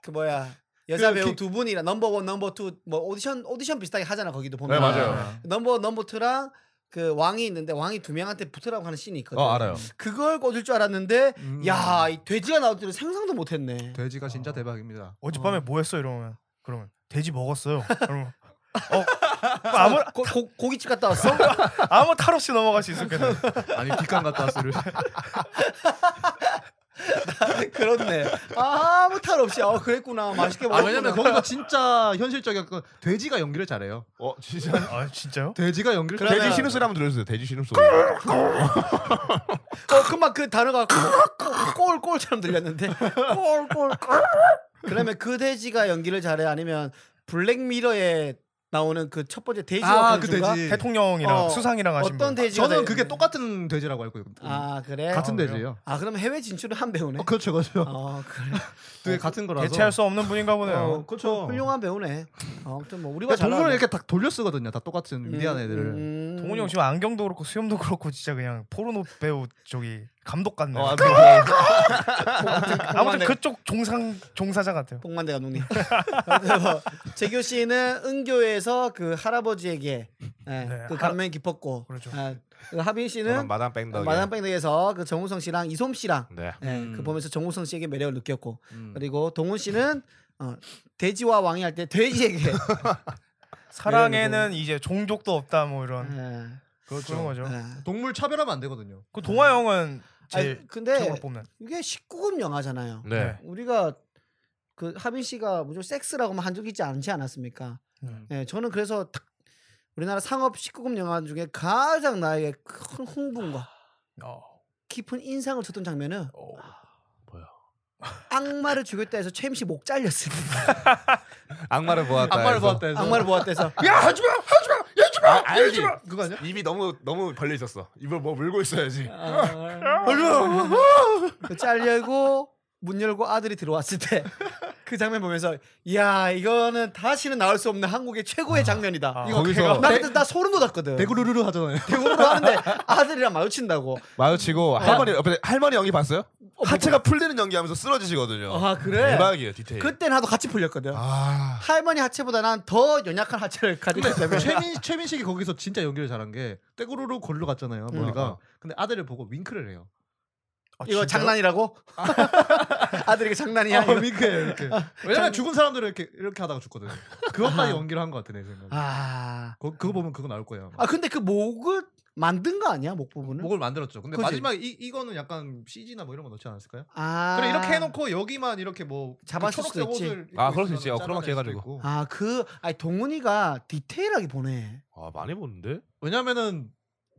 A: 그 뭐야 여자
B: 그
A: 배우
B: 김-
A: 두 분이랑 넘버 원 넘버 투뭐 오디션 오디션 비슷하게 하잖아 거기도 보면
C: 네, 맞아요.
A: 넘버 넘버 투랑 그 왕이 있는데 왕이 두 명한테 붙으라고 하는 씬이 있거든
C: 어 알아요.
A: 그걸 꽂을 줄 알았는데
B: 음.
A: 야이 돼지가 나올 줄은 상상도 못했네
B: 돼지가 진짜 대박입니다.
D: 어젯밤에 뭐 했어 이러면 그러면 돼지 먹었어요. 그러면 어 아무
A: 고, 고, 고깃집 갔다 왔어? *laughs*
D: 아무 탈 없이 넘어갈 수 있었겠네.
B: 아니 뒷간 갔다 왔어를.
A: 그렇네 아무 탈 없이 어 그랬구나 맛있게
B: 아
A: 먹었구나
B: 왜냐면 거기서 진짜 현실적이었고 돼지가 연기를 잘해요.
C: *laughs* 어 진짜.
D: 아 진짜요?
B: 돼지가 연기를
A: 그러면- 아,
C: 돼지
B: 잘해요.
C: 신음소리 한번 들려주세요. 돼지 신음소리.
A: 어, 금방 그 단어가 꼴꼴처럼 들렸는데 꼴꼴 그러면 그 돼지가 연기를 잘해 아니면 블랙미러에 나오는 그 첫 번째 돼지
B: 아,
A: 역할
B: 그
A: 중인가?
B: 돼지.
D: 대통령이랑
A: 어,
D: 수상이랑 하신
A: 어떤
D: 분.
A: 돼지가
B: 저는
A: 돼-
B: 그게 똑같은 돼지라고 알고 있거든요. 음.
A: 아 그래
B: 같은
D: 아, 그래요?
B: 돼지예요.
A: 아 그럼 해외 진출을 한 배우네
B: 어, 그렇죠, 그렇죠.
A: 어, 그래
B: 되게 같은 거라서.
D: 대체할 수 없는 분인가
A: 어,
D: 보네요.
B: 그렇죠.
A: 훌륭한 배우네 아무튼 뭐 우리가
B: 그러니까 동물을
A: 잘하네.
B: 이렇게 다 돌려 쓰거든요. 다 똑같은 위대한
A: 음,
B: 애들을.
A: 음.
D: 동훈이 형 지금 안경도 그렇고 수염도 그렇고 진짜 그냥 포르노 배우 저기 감독 같네. *laughs*
C: 어,
D: 요
C: 안 돼.
D: 아무튼 그쪽 종상 종사자 같아요.
A: 복만대 감독님. 아무튼 뭐 재규 씨는 은교에서 그 할아버지에게 예,
D: 네,
A: 그
D: 할-
A: 감명이 깊었고,
D: 그렇죠.
A: 예, 그 하빈
C: 저는
A: 씨는
C: 마담 뺑덕이.
A: 마당뱅에서 그 정우성 씨랑 이솜 씨랑
C: 네.
A: 예,
B: 음.
A: 그 보면서 정우성 씨에게 매력을 느꼈고,
B: 음.
A: 그리고 동훈 씨는 어, 돼지와 왕이 할 때
D: *laughs*
A: 돼지에게
D: 사랑에는 이제 종족도 없다 뭐 이런
A: 예,
D: 그런 거죠.
A: 예.
B: 동물 차별하면 안 되거든요.
D: 그 동화 형은
A: 아니,
D: 제일
A: 네. 근데
D: 최고로 뽑는. 음.
A: 이게 19금 영화잖아요.
C: 네.
A: 우리가 그 하빈 씨가 무조건 섹스라고만 한 적 있지 않지 않았습니까?
D: 음.
A: 예, 저는 그래서 탁- 우리나라 상업 19금 영화 중에 가장 나에게 큰 흥분과
D: 어,
A: 깊은 인상을 줬던 장면은
D: 어.
A: 악마를 죽였다 해서 최임 씨 목 잘렸을 때
C: 악마를 보았다.
B: 악마를
C: 해서.
B: 보았다 해서.
A: 네,
B: 어,
A: 악마를 보았다
B: *laughs*
A: 해서
B: 야 하지 마, 하지 마, 얘지 마,
C: 아, 알지.
B: 얘지 마. 그거 아니야?
C: 입이 너무 너무 벌려 있었어. 입을 뭐 물고 있어야지.
B: 어,
A: 그 잘려고 문 열고 아들이 들어왔을 때 그 장면 보면서 야 이거는 다시는 나올 수 없는 한국의 최고의 장면이다.
D: 아,
A: 이거
C: 거기서
A: 나 그때 나 소름 돋았거든.
B: 대구르르르 하잖아요.
A: 대구로 하는데 아들이랑
B: 어,
A: 마주친다고.
C: 마주치고 할머니 옆에 할머니 연기 봤어요? 하체가 풀리는 연기하면서 쓰러지시거든요.
A: 아 그래.
C: 대박이에요 디테일.
A: 그때 나도 같이 풀렸거든.
C: 아
A: 할머니 하체보다 난 더 연약한 하체를 가지고 있기 때문에
B: 최민 최민식이 거기서 진짜 연기를 잘한 게 떼구르르 골로 갔잖아요
A: 음.
B: 머리가.
C: 어, 어.
B: 근데 아들을 보고 윙크를 해요.
D: 아,
A: 이거
D: 진짜요?
A: 장난이라고? *laughs* 아들이 게 장난이야? 아,
B: 어, 윙크해
A: *laughs*
B: 이렇게. 왜냐면 죽은 사람들은 이렇게 이렇게 하다가 죽거든. 그것까지 연기를 한 것 같아 내 생각. 에
A: 아,
B: 거, 그거 보면 그거 나올 거예요. 아마.
A: 아 근데 그 목을 만든 거 아니야 목 부분을?
B: 목을 만들었죠. 근데
A: 그치?
B: 마지막에 이 이거는 약간 CG나 뭐 이런 거 넣지 않았을까요?
A: 아,
B: 그래 이렇게 해놓고 여기만 이렇게 뭐
A: 잡았을
B: 초록색
A: 수도 있지.
B: 옷을 입고
C: 아, 그럴 수
B: 있으면
C: 있지. 어,
B: 잘라낼
C: 크로마키 해가지고.
B: 수도 있고.
A: 아그 아니 동훈이가 디테일하게 보네.
C: 아, 많이 보는데.
B: 왜냐면은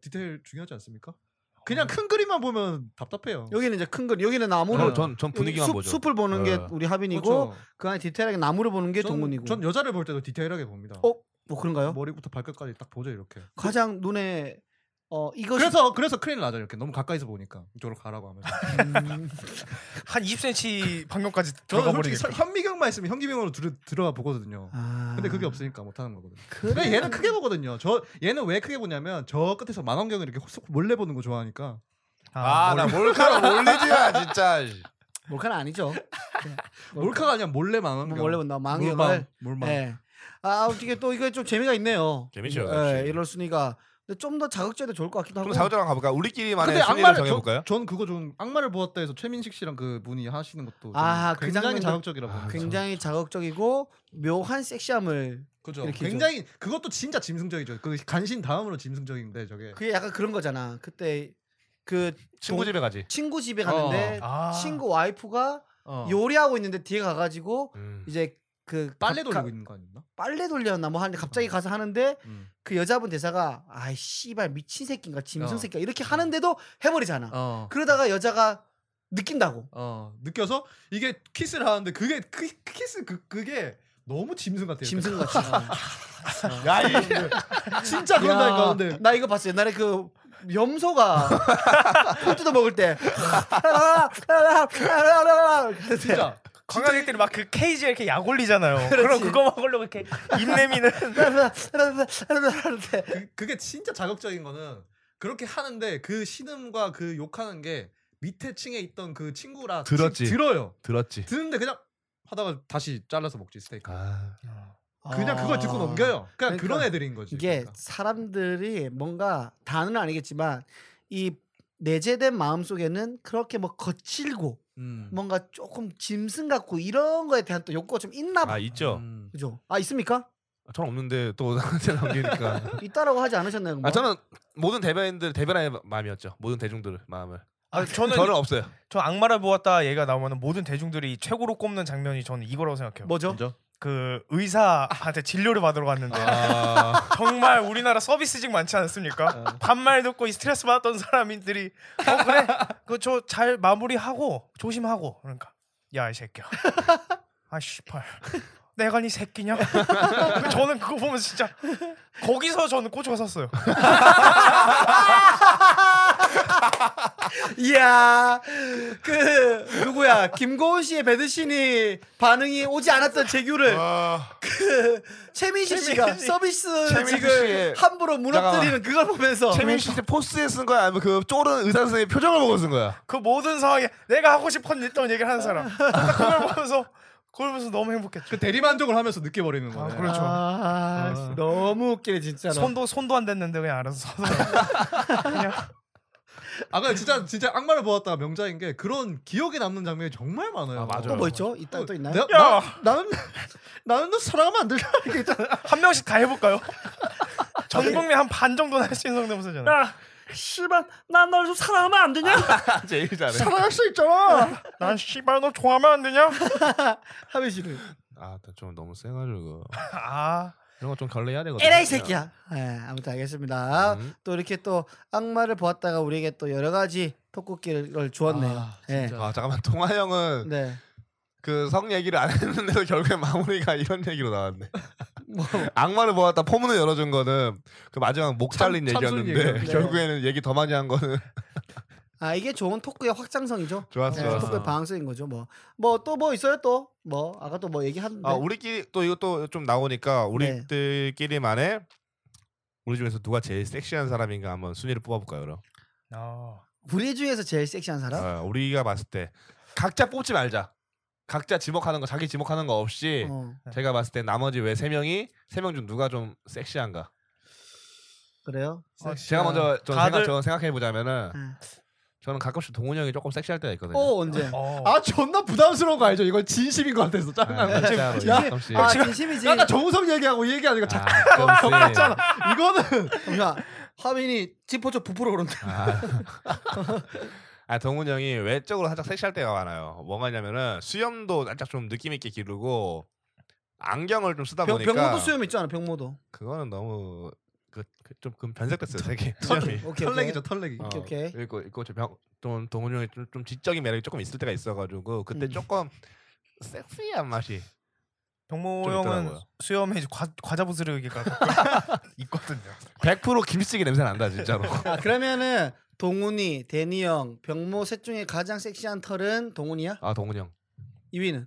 B: 디테일 중요하지 않습니까?
A: 어.
B: 그냥 큰 그림만 보면 답답해요.
A: 여기는 이제 큰 거, 여기는
B: 저는
A: 나무를
C: 전전 전 분위기만
A: 숲,
C: 보죠.
A: 숲을 보는
C: 네.
A: 게 우리 하빈이고 그
B: 그렇죠.
A: 안에 디테일하게 나무를 보는 게
B: 전-
A: 동훈이고.
B: 전 여자를 볼 때도 디테일하게 봅니다.
A: 어? 뭐 그런가요?
B: 머리부터 발끝까지 딱 보죠 이렇게.
A: 가장 눈에 어 이것이
B: 그 그래서 그래서 큰일 나죠 이렇게 너무 가까이서 보니까 이쪽으로
A: *laughs*
B: 가라고 하면서. *laughs*
A: 음,
D: 한 20cm 반경까지 들어가
B: 저는 솔직히
D: 버리니까.
B: 서- 현미경만 있으면 현미경으로 들, 들어가 보거든요.
A: 아.
B: 근데 그게 없으니까 못 하는 거거든요.
A: 그래.
B: 근데 얘는 크게 보거든요. 저 얘는 왜 크게 보냐면 저 끝에서 망원경을 이렇게 홀- 몰래 보는 거 좋아하니까.
D: 아,
C: 아나 몰카로 몰리지야 진짜.
A: 몰카는
B: *laughs*
A: 아니죠. 네.
B: 몰카가 아니라 몰래 망원경.
A: 원래 본다
B: 몰망.
A: 망경을.
B: 몰망.
A: 예. 아 어떻게 또 이거 좀 재미가 있네요.
C: 재밌죠,
A: 예,
C: 역시.
A: 이럴 순위가 근데 좀 더 자극적도 좋을 것 같기도 하고.
C: 그럼 사우자랑 가볼까? 우리끼리만의
B: 근데
C: 순위를
B: 악마를
C: 정해볼까요?
B: 저, 전 그거 좀 악마를 보았다 해서 최민식 씨랑 그 분이 하시는 것도
A: 아,
B: 아,
A: 그
B: 굉장히
A: 장면도-
B: 자극적이라고.
C: 아,
B: 봅니다.
A: 굉장히 자극적이고 묘한 섹시함을
B: 그죠.
A: 이렇게
B: 굉장히 그것도 진짜 짐승적이죠. 그 간신 다음으로 짐승적인데 저게.
A: 그게 약간 그런 거잖아. 그때 그
C: 친구
A: 동-
C: 집에 가지.
A: 친구 집에 갔는데
D: 아.
A: 친구 와이프가
B: 어.
A: 요리하고 있는데 뒤에 가가지고
C: 음.
A: 이제 그
B: 빨래
A: 갑- 가-
B: 돌리고 있는 어. 거 아닌가?
A: 빨래 돌렸나 뭐 하는데 갑자기 가서 하는데
B: 음.
A: 그 여자분 대사가 아이 씨발 미친 새끼인가 짐승
B: 어.
A: 새끼가 이렇게 하는데도 해버리잖아.
B: 어. 네,
A: 그러다가 여자가 느낀다고.
B: 어. 느껴서 이게 키스를 하는데 그게 키, 키스 그 그게 너무 짐승 같아요.
A: 짐승 같이. *laughs*
B: 야, 이 진짜 그런다니까. 근데
A: 나 이거 봤어. 옛날에 그
B: *laughs*
A: 염소가 풀 뜯어 먹을 때. *laughs*
B: 진짜
D: 관광객들이 막 그 케이지에 이렇게 약 올리잖아요. 그럼 그거 먹으려고 이렇게 입내미는
B: *laughs* 그, 그게 진짜 자극적인 거는 그렇게 하는데 그 신음과 그 욕하는 게 밑에 층에 있던 그 친구라 치-
C: 들었지.
B: 들어요.
C: 들었지.
B: 듣는데 그냥 하다가 다시 잘라서 먹지 스테이크.
C: 아,
B: 그냥 그걸 듣고 넘겨요. 그냥
A: 그러니까
B: 그런 애들인 거지.
A: 이게
B: 그러니까.
A: 사람들이 뭔가 다는 아니겠지만 이 내재된 마음 속에는 그렇게 뭐 거칠고
B: 음.
A: 뭔가 조금 짐승 같고 이런 거에 대한 또 욕구가 좀 있나 봐.
C: 아 있죠.
B: 음.
A: 그죠? 아 있습니까?
C: 저는 없는데 또 나한테
A: *laughs*
C: 남기니까.
A: 있다라고 하지 않으셨나요? 금방?
C: 아 저는 모든 대변인들 대변의 마음이었죠. 모든 대중들을 마음을.
D: 아, 저는
C: 저는 없어요.
D: 저 악마를 보았다 얘가 나오면 모든 대중들이 최고로 꼽는 장면이 저는 이거라고 생각해요.
A: 뭐죠?
D: 그 의사한테 진료를 받으러
C: *laughs*
D: 갔는데
C: 아,
D: 정말 우리나라 서비스직 많지 않습니까? 반말 듣고 이 스트레스 받았던 사람들이 어 그래 그 저 잘 마무리하고 조심하고 그러니까 야 이 새끼야 아 씨발 내가 니 새끼냐? 저는 그거 보면 진짜 거기서 저는 꼬추가 섰어요.
A: *laughs* 이야 그 누구야 김고은 씨의 배드신이 반응이 오지 않았던 재규를
C: 어.
A: 그 최민식 씨가
D: 최민식 씨.
C: 최민식
A: 서비스직을
C: 씨의-
A: 함부로 무너뜨리는 그걸 보면서
C: 최민식 씨 포스에 쓴 거야 아니면 그 쫄은 의사 선생님 표정을 보고 쓴 거야.
D: 그 모든 상황에 내가 하고 싶었던 얘기를 하는 사람. 딱 그걸 보면서 그걸 보면서 너무 행복했죠.
B: 그 대리만족을 하면서 느껴버리는 거네.
D: 그렇죠.
A: 아,
B: 어.
A: 너무 웃기네 진짜로
D: 손도 손도 안 댔는데 그냥 알아서 서서 그냥
B: 아 근데 진짜 진짜 악마를 보았다 명작인 게 그런 기억에 남는 장면이 정말 많아요.
C: 아, 맞아요. 네?
A: 또 뭐 있죠? 이따 또 있나요?
B: 내가,
D: 야!
B: 나, 나는 나는 너 사랑하면 안 된다 이렇게 있잖아.
D: 한 명씩 다 해볼까요? 전 국민 한 반 정도는 할 수 있는 성대모사잖아요.
A: 야 씨발 난 널 좀 사랑하면 안 되냐?
C: 아, 제일 잘해.
B: 사랑할 수 있잖아.
D: 네. *laughs* 난 씨발 너 좋아하면 안
A: *laughs*
D: 되냐? *laughs*
A: 하빈 씨는
C: 아좀 너무 세가지고
D: 아
C: 이런 거 좀 결례해야 되거든.
A: 에라이 새끼야. 네, 아무튼 알겠습니다.
C: 음.
A: 또 이렇게 또 악마를 보았다가 우리에게 또 여러 가지 토끼를 주었네요.
B: 아,
A: 네.
B: 진짜.
C: 아 잠깐만 동아 형은
A: 네.
C: 그 성 얘기를 안 했는데도 결국에 마무리가 이런 얘기로 나왔네.
A: 뭐
C: 악마를 보았다 포문을 열어준 거는 그 마지막 목
B: 참-
C: 잘린
B: 참순
C: 얘기였는데
A: 얘기였네.
C: *laughs* 결국에는 얘기 더 많이 한 거는 *laughs*
A: 아 이게 좋은 토크의 확장성이죠.
C: 좋았어.
A: 네,
C: 좋았어.
A: 토크의 방향성인 거죠. 뭐 뭐 또 뭐 있어요 또 뭐 아까 또 뭐 얘기한.
C: 아 우리끼리 또 이것도 좀 나오니까 우리들끼리만의
A: 네.
C: 우리 중에서 누가 제일 섹시한 사람인가 한번 순위를 뽑아볼까요, 그럼?
D: 어.
A: 우리 중에서 제일 섹시한 사람.
C: 아, 우리가 봤을 때 각자 뽑지 말자. 각자 지목하는 거 자기 지목하는 거 없이
A: 어
C: 제가 봤을 때 나머지 왜 세 명이 세 명 중 누가 좀 섹시한가?
A: 그래요.
C: 제가 먼저 저
D: 다들-
C: 생각 저 생각해 보자면은
A: 네.
C: 저는 가끔씩 동훈이 형이 조금 섹시할 때가 있거든요.
A: 어 언제?
D: 어.
B: 아 존나 부담스러운 거 알죠? 이건 진심인 것 같아서
C: 아,
B: 짜증나는 거지.
C: 진짜로
B: 야,
C: 가끔씩. 아,
A: 아 진심이지.
B: 그 아까 정우성 얘기하고 이 얘기하니까
A: 아,
B: 자,
A: 네.
C: 가끔씩.
B: 이거는
A: 잠시만. 화면이 지퍼쪽 부풀어 오른다.
C: 아. *laughs* 아 동훈 형이 외적으로 살짝 섹시할 때가 많아요. 뭐가 있냐면은 수염도 살짝 좀 느낌 있게 기르고 안경을 좀 쓰다
A: 병,
C: 아, 보니까
A: 병모도 수염 있잖아. 병모도.
C: 그거는 너무 그좀 변색됐어요 색이 수염이.
A: 오케이.
B: 털레기죠 털레기.
C: 어,
A: 오케이, 오케이.
C: 그리고 이거 병좀 동훈 형이 좀, 좀 지적인 매력이 조금 있을 때가 있어가지고 그때
A: 음.
C: 조금 섹시한 맛이
D: 병모
C: 좀
D: 형은
C: 있더라고요.
D: 수염에 이제 과, 과자 부스러기가 있거든요.
C: 100% 김치찌개 냄새 난다 진짜로.
A: 아 그러면은 동훈이, 대니 형, 병모 셋 중에 가장 섹시한 털은 동훈이야?
C: 아 동훈 형.
A: 2위는?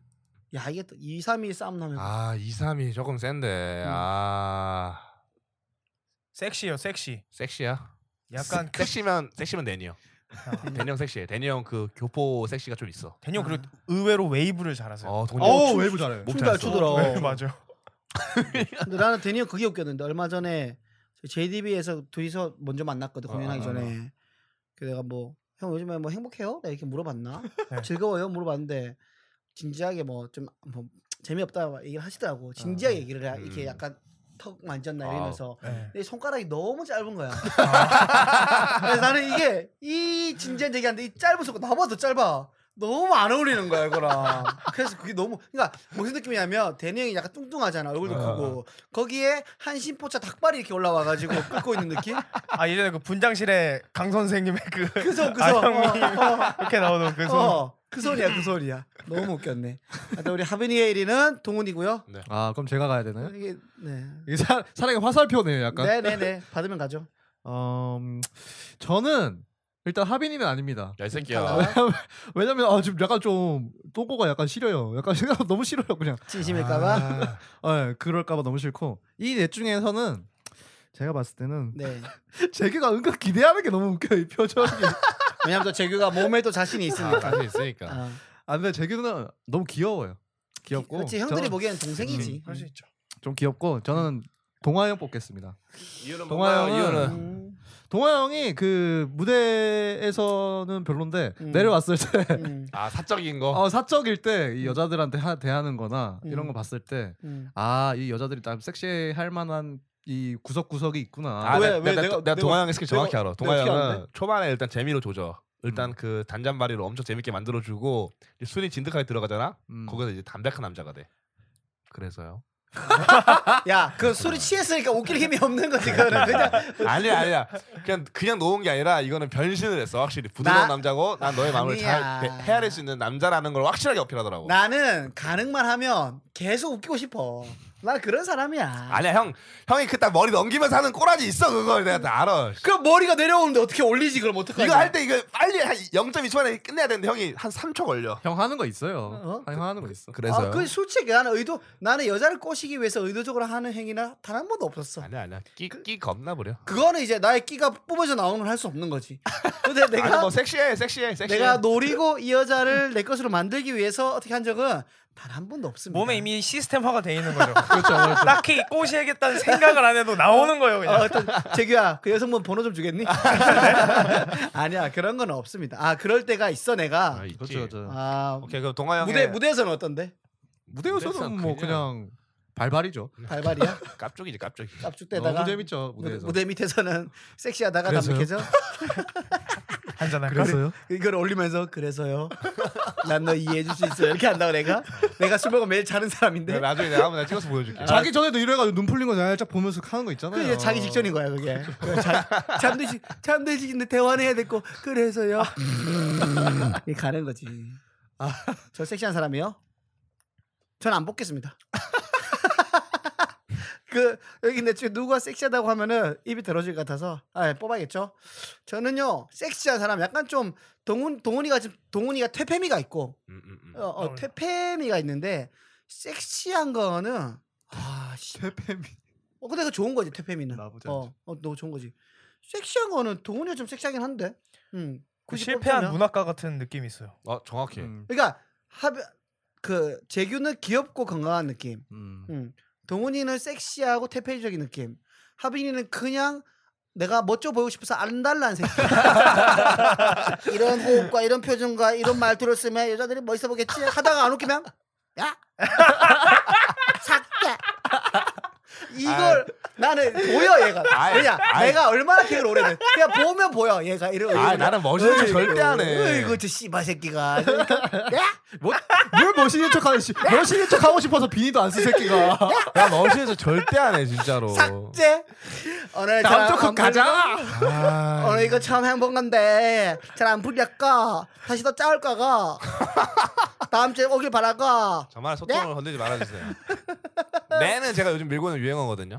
A: 야 이게 또 2, 3위 싸움 나면
C: 아 2, 3이 조금 센데
A: 음.
C: 아
D: 섹시요 섹시.
C: 섹시야.
D: 약간
C: 섹- 섹시면 섹시면 데니요.
D: 그,
C: 데니 형 섹시해. 데니 형그 교포 섹시가 좀 있어.
D: 대니 형 그리고 의외로 웨이브를 잘하세요.
C: 어 동훈
B: 어우
C: 형.
B: 웨이브 잘해요. 네.
C: 목
A: 춤잘
C: 잘 춰.
A: 추더라. 네.
D: 웨이브 맞아.
A: 근데 나는 대니 형 그게 웃겼는데 얼마 전에 JDB에서 둘이서 먼저 만났거든
C: 아,
A: 공연하기
C: 아,
A: 전에. 그 내가 뭐 형 요즘에 뭐 행복해요? 내가 이렇게 물어봤나?
D: 네.
A: 즐거워요? 물어봤는데 진지하게 뭐 좀 뭐 재미없다 얘기를 하시더라고. 진지하게 얘기를 해. 이렇게
C: 음.
A: 약간 턱 만졌나
C: 아,
A: 이러면서
D: 네.
A: 내 손가락이 너무 짧은 거야. 그래서 나는 이게 이 진지한 얘기하는데 이 짧은 손가락 나보다 더 짧아. 너무 안 어울리는 거야 이거랑 그래서 그게 너무 그러니까 무슨 느낌이냐면 대니 형이 약간 뚱뚱하잖아 얼굴도
C: 어.
A: 크고 거기에 한 심포차 닭발이 이렇게 올라와가지고 끓고 있는 느낌
D: 아 예전에 그 분장실에 강 선생님의 그
A: 그손 그손
D: 아형이 이렇게 나오던 그 손.
A: 어, 그 소리야 그 소리야 너무 웃겼네 하여튼 우리 하빈이의 1위는 동훈이고요
B: 아 그럼 제가 가야 되나요?
A: 이게 네
B: 이 사, 사랑의 화살표네요 약간
A: 네네네 받으면 가죠
B: 어, 음, 저는 일단 하빈이는 아닙니다
C: 야이
A: 나와?
C: 새끼야.
B: 왜냐면 아, 지금 약간 좀 똥꼬가 약간 시려요 약간 너무 싫어요 그냥
A: 진심일까봐
B: 아, 그럴까봐 너무 싫고 이 넷 중에서는 제가 봤을 때는 *laughs*
A: 네
B: 재규가 은근 기대하는 게 너무 웃겨요
A: *laughs*
B: 이 표정이
A: 왜냐면 또 재규가 몸에 또 자신이
C: 아,
A: 있으니까
C: 자신 있으니까.
A: 아,
B: 아 근데 재규는 너무 귀여워요 귀엽고
A: 그렇지 형들이
B: 저는
A: 보기엔 동생이지
D: 할수 있죠.
B: 좀 귀엽고 저는 동화 형 뽑겠습니다
C: 이유는
B: 동아
C: 뭔가요,
B: 형은-
C: 이유는?
A: 음,
B: 동화 형이 그 무대에서는 별론데
A: 음.
B: 내려왔을 때
A: 음,
C: 아 사적인 거.
B: *laughs* 어, 사적일 때 이 여자들한테 하- 대하는 거나
A: 음.
B: 이런 거 봤을
A: 음.
B: 때 아 이 여자들이 딱 섹시할 만한 이 구석구석이 있구나
C: 아,
A: 왜,
C: 내-
A: 왜 내가-
C: 내가, 내가,
A: 내가-
C: 동아 형의 스킬 정확히 알아. 동아
A: 어떻게
C: 형은
A: 아는데? 음.
C: 초반에 일단 재미로 조져. 일단 그 단잔바리로 엄청 재밌게 만들어주고 이제 술이 진득하게 들어가잖아.
B: 음.
C: 거기서 이제 담백한 남자가 돼. 그래서요.
A: 야, 그 술이 취했으니까 웃길 힘이 없는 거지. *laughs* 그거는 그냥
C: *laughs* 아니야 아니야. 그냥 그냥 놓은 게 아니라 이거는 변신을 했어 확실히 부드러운
A: 나-
C: 남자고 난 너의 마음을
A: 아니야.
C: 잘 배- 헤아릴 수 있는 남자라는 걸 확실하게 어필하더라고.
A: 나는 가능만 하면 계속 웃기고 싶어. 나 그런 사람이야.
C: 아니야 형 형이 그딱 머리 넘기면서 하는 꼬라지 있어 그걸 내가 다 알아.
A: 그럼 머리가 내려오는데 어떻게 올리지? 그럼 어떡하냐?
C: 이거 할 때 이거 빨리 한 0.2초 만에 끝내야 되는데 형이 한 3초 걸려.
B: 형 하는 거 있어요
A: 어?
B: 형 하는 거 있어
C: 그래서요.
A: 아, 그 솔직히 나는 의도 나는 여자를 꼬시기 위해서 의도적으로 하는 행위나 단 한 번도 없었어.
C: 아니야 아니야 끼끼 겁나 부려.
A: 그거는 이제 나의 끼가 뿜어져 나오는 걸 할 수 없는 거지. 근데
C: 아니
A: 내가
C: 뭐 섹시해 섹시해 섹시해.
A: 내가 노리고 이 여자를 내 것으로 만들기 위해서 어떻게 한 적은 단 한 번도 없습니다.
D: 몸에 이미 시스템화가 돼 있는 거죠.
B: 그렇죠 그렇죠
D: 딱히 꼬시겠다는 생각을 안 해도 나오는 거예요
A: 어,
D: 그냥.
A: 어떤 재규야 그 여성분 번호 좀 주겠니?
B: 아, 네.
A: *laughs* 아니야 그런 건 없습니다. 아 그럴 때가 있어 내가.
C: 아, 있지.
B: 그렇죠 그렇죠
A: 아
C: 오케이 그럼 동아
B: 어,
C: 형의
B: 네.
A: 무대 무대에서는 어떤데?
B: 무대에서는
C: 무대에서는
B: 뭐 그냥,
C: 그냥
B: 발발이죠.
A: 발발이야?
C: 깍두기지 깍두기.
A: 아, 깝죽대다가
B: 너무 재밌죠
A: 무대,
B: 무대에서.
A: 무대 밑에서는 섹시하다가
B: 그래서요?
A: 담백해져
D: 한잔 할까?
B: 그래서요?
A: 이걸 올리면서 그래서요. 난 너 이해해 줄 수 있어 이렇게 한다고 내가 내가 술 먹으면 매일 자는 사람인데
C: 나중에 내가 한번 찍어서 보여줄게.
B: 자기 전에도 이래가지고 눈 풀린 거 살짝 보면서 하는 거 있잖아요.
A: 아.
B: 그렇죠.
A: 그게 이제 자기 직전인 거야 그게 자- 잠들지 잠들지인데 대화는 해야 됐고
B: 아.
A: 그래서요 음. 이게 가는 거지 저 섹시한 사람이요 전 안
B: *laughs*
A: 뽑겠습니다 그 여기 근데 지금 누가 섹시하다고 하면은 입이 더러질 것 같아서 아 예, 뽑아야겠죠 저는요 섹시한 사람 약간 좀 동훈 동훈이가 지금 동훈이가 퇴폐미가 있고
C: 음, 음, 음.
A: 어, 어 퇴폐미가 있는데 섹시한 거는 아씨
B: 퇴폐미.
A: 어 근데 그 좋은 거지 퇴폐미는.
B: 나쁘지
A: 어, 어 너무 좋은 거지. 섹시한 거는 동훈이가 좀 섹시하긴 한데. 음.
D: 그
A: 굳이
D: 실패한
A: 뽑자면.
D: 문학가 같은 느낌이 있어요.
C: 어 정확해.
B: 음.
A: 그러니까 하빈 그 재규는 귀엽고 건강한 느낌.
B: 음.
A: 음. 동훈이는 섹시하고 퇴폐적인 느낌. 하빈이는 그냥 내가 멋져 보이고 싶어서 안달난 새끼. *laughs* 이런 호흡과 이런 표정과 이런 말투를 쓰면 여자들이 멋있어 보겠지. 하다가 안 웃기면 야 *laughs* 삭제. 이걸 나는 보여 얘가.
C: 아이,
A: 왜냐
C: 아이.
A: 내가 얼마나 걔를 오래는 그냥 보면 보여 얘가 이런.
C: 아 나는 멋있는 척 절대 안 해. 어.
A: 이거 저 씨발 새끼가. 그러니까, 야
B: 뭐, 뭘 멋있는 척
A: *laughs*
B: 하는
A: 네.
B: 씨. 멋있는 척 하고 싶어서 비니도 안 쓰 새끼가.
C: 나 멋있는 척 절대 안 해 진짜로.
A: 삭제. 오늘
B: 다음
A: 저랑
B: 조컷
A: 안
B: 가자.
C: 아,
A: 오늘 어, 이거 처음 해본 건데 잘 안 풀렸까 다시 더 짜올 *laughs* 거가 다음 주에 오길 바라가
C: 정말 소통을
A: 네?
C: 건들지 말아주세요. *laughs* 내는 제가 요즘 밀고 있는 유행어거든요.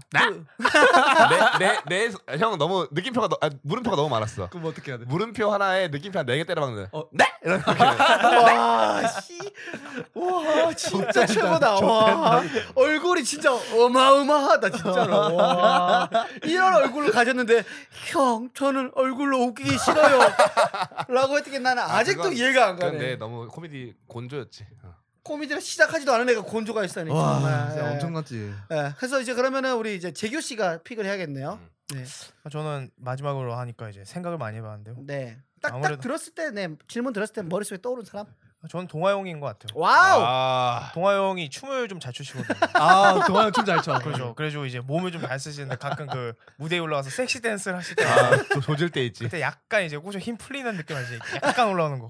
C: 내내내형 너무 느낌표가 너, 아, 물음표가 너무 많았어.
B: 그럼 어떻게 해야 돼?
C: 물음표 하나에 느낌표 한 네 개 때려박는.
B: 어.
C: 어, 네? 이렇게.
A: 아, 와씨 와 진짜 최고다 와 얼굴이 진짜 어마어마하다 진짜로 와 이런 얼굴로 가졌는데 형 저는 얼굴로 웃기기 싫어요 라고 했더니 나는 아직도
C: 그건-
A: 이해가 안 가네
C: 근데 너무 코미디 곤조였지. 어.
A: 코미디를 시작하지도 않은 애가 곤조가 있다니
B: 와,
A: 정말.
B: 진짜
A: 예.
B: 엄청났지.
A: 예, 그래서 이제 그러면은 우리 이제 재규 씨가 픽을 해야겠네요.
C: 음.
A: 네.
D: 저는 마지막으로 하니까 이제 생각을 많이 해봤는데요.
A: 네. 딱딱
D: 아무래도-
A: 들었을 때, 네 질문 들었을 때 머릿속에 떠오른 사람.
D: 저는 동아용인 것 같아요.
A: 와우.
C: 아,
D: 동아용이 춤을 좀 잘 추시거든요.
B: 아 동아형 춤잘 춰.
D: 그렇죠. 그래가지고 이제 몸을 좀 잘 쓰시는데 가끔 그 무대에 올라가서 섹시 댄스를 하실 때
C: 아, 조- 조질 때 있지.
D: 그때 약간 이제 꼬셔 힘 풀리는 느낌 알지? 약간 올라오는 거.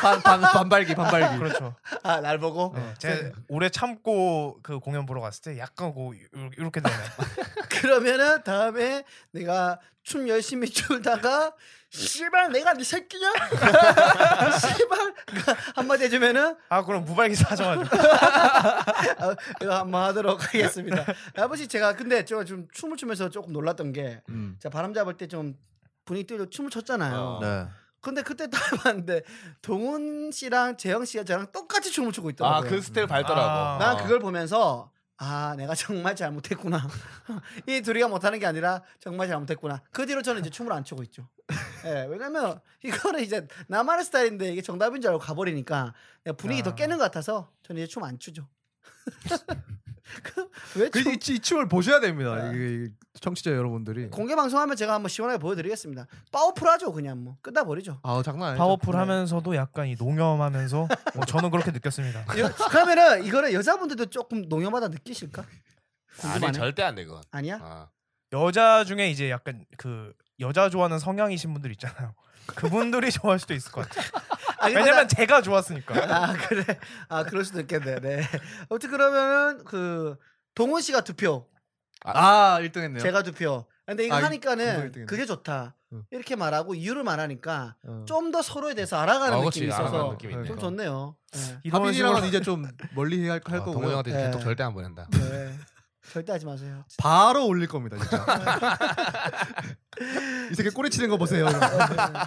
B: 반, 반, 반발기
C: 네.
B: 반발기.
D: 그렇죠.
A: 아, 날 보고.
D: 네, 제가 오래 참고 그 공연 보러 갔을 때 약간 고 이렇게 되네요.
A: *laughs* 그러면은 다음에 내가 춤 열심히 추다가 씨발 내가 네 새끼냐? *laughs* 씨발 한마디 해주면은
D: 아 그럼 무발기 사정하죠.
A: 아, 이거 한번 하도록
D: *laughs*
A: 하겠습니다. 아버지 제가 근데 저 좀 춤을 추면서 조금 놀랐던 게
B: 음.
A: 제가 바람 잡을 때 좀 분위기 띄려 춤을 췄잖아요.
C: 어.
B: 네.
A: 근데 그때 딱 봤는데 동훈 씨랑 재영 씨가 저랑 똑같이 춤을 추고
C: 아,
A: 있더라고요.
C: 그 스타일 밟더라고.
D: 아.
A: 난 그걸 보면서 아 내가 *laughs* 정말 잘못했구나 *laughs* 이 둘이가 못하는 게 아니라 정말 잘못했구나 그 뒤로 저는 이제 춤을 안 추고 있죠 예 왜냐면 이거는 이제 나만의 스타일인데 이게 정답인 줄 알고 가버리니까 내가 분위기
D: 아.
A: 더 깨는 것 같아서 저는 이제 춤 안 추죠 *laughs* 왜
B: 그,
A: 춤?
B: 이, 이 춤을 보셔야 됩니다. 이, 이 청취자 여러분들이.
A: 공개 방송하면 제가 한번 시원하게 보여드리겠습니다 파워풀하죠 그냥 뭐
D: *laughs*
A: 끝나버리죠
B: 아 장난 아니죠.
D: 파워풀하면서도 약간 이 농염하면서 뭐 저는 그렇게 느꼈습니다.
A: 여- 그러면은 이거를 여자분들도 조금 농염하다 느끼실까? 궁금하네
C: 아니 절대 안 돼, 그건.
A: 아니야?
C: 아.
D: 여자 중에 이제 약간 그 여자 좋아하는 성향이신 분들 있잖아요. 그분들이 *laughs* 좋아할 수도 있을 것 같아요.
A: 아, 근데
D: *laughs* 왜냐면
A: 나-
D: 제가 좋았으니까.
A: 아 그래 아 그럴 수도 있겠네 네 아무튼 그러면은 그 동훈 씨가 두표
B: 아 1등했네요.
A: 제가 두표 근데 이거
B: 아, 이- 이거
A: 하니까는
B: 일등이네.
A: 그게 좋다
B: 응.
A: 이렇게 말하고 이유를 말하니까
B: 어.
A: 좀 더 서로에 대해서 알아가는
C: 아,
A: 느낌이
C: 그렇지. 알아가는
A: 있어서
C: 느낌이
B: 좀
A: 좀
C: 있네.
A: 좋네요
C: *laughs*
A: 네.
D: 이런 식으로
B: 하빈이랑은 이제 좀 멀리 할, 할
C: 어,
B: 거고요.
C: 동훈 형한테
A: 네.
C: 개톡 절대 안 보낸다.
A: 네. 절대 하지 마세요
B: 바로 올릴 겁니다. *laughs* 진짜. 이 새끼 꼬리 치는 거 보세요.
A: 어, 네.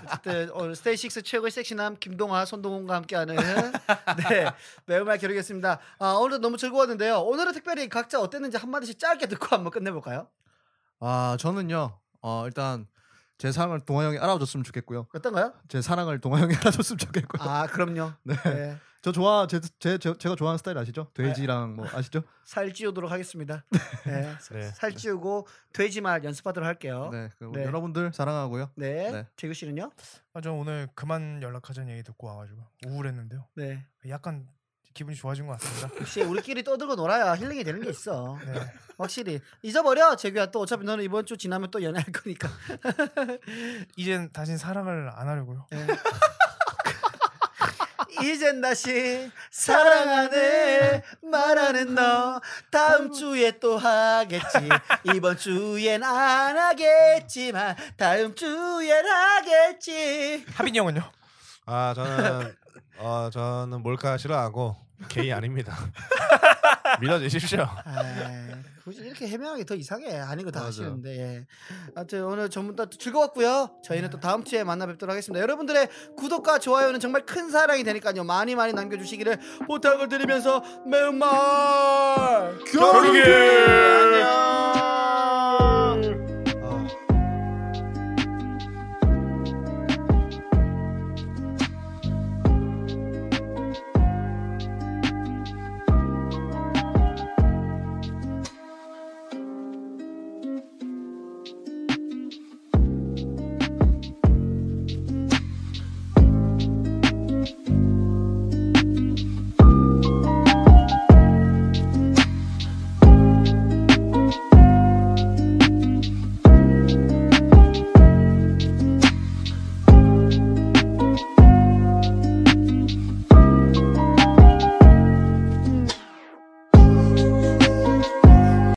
A: 어쨌든 오늘 스테이식스 최고의 섹시남 김동하 손동훈과 함께하는 *laughs* 네 매운말 겨루겠습니다 아, 오늘도 너무 즐거웠는데요 오늘은 특별히 각자 어땠는지 한마디씩 짧게 듣고 한번 끝내볼까요
B: 아 저는요. 어 일단 제 사랑을 동아 형이 알아줬으면 좋겠고요.
A: 어떤가요
B: 제 사랑을 동아 형이 *laughs* 알아줬으면 좋겠고요.
A: 아 그럼요
B: 네.
A: 네.
B: 저 좋아 제, 제, 제 제가 좋아하는 스타일 아시죠? 돼지랑 뭐 아시죠?
A: 살 찌우도록 하겠습니다. 네.
D: 네.
A: 살 찌우고 돼지 말 연습하도록 할게요. 네.
B: 네, 그럼
A: 네.
B: 여러분들 사랑하고요. 네.
A: 재규 씨는요?
D: 아, 저 오늘 그만 연락하자는 얘기 듣고 와가지고 우울했는데요.
A: 네.
D: 약간 기분이 좋아진 것 같습니다.
A: 역시 우리끼리 떠들고 놀아야 힐링이 되는 게 있어.
D: 네.
A: 확실히 잊어버려 재규야. 또 어차피 너는 이번 주 지나면 또 연애할 거니까.
D: 이젠 다신 사랑을 안 하려고요.
A: 네. *laughs* 이젠 다시 사랑하네 말하는 너 다음 주에 또 하겠지 이번 주엔 안 하겠지만 다음 주엔 하겠지
D: 하빈이 형은요?
C: 아, 저는 어, 저는 몰카 싫어하고 게이 *laughs* 아닙니다. 밀어주십시오.
A: 아, 굳이 이렇게 해명하기 더 이상해. 아닌 거 다
B: 맞아요.
A: 아시는데. 예. 아무튼 오늘 전부 다 즐거웠고요. 저희는 또 다음 주에 만나 뵙도록 하겠습니다. 여러분들의 구독과 좋아요는 정말 큰 사랑이 되니까요. 많이 많이 남겨주시기를 부탁을 드리면서 매운맛
C: 결국에 안녕.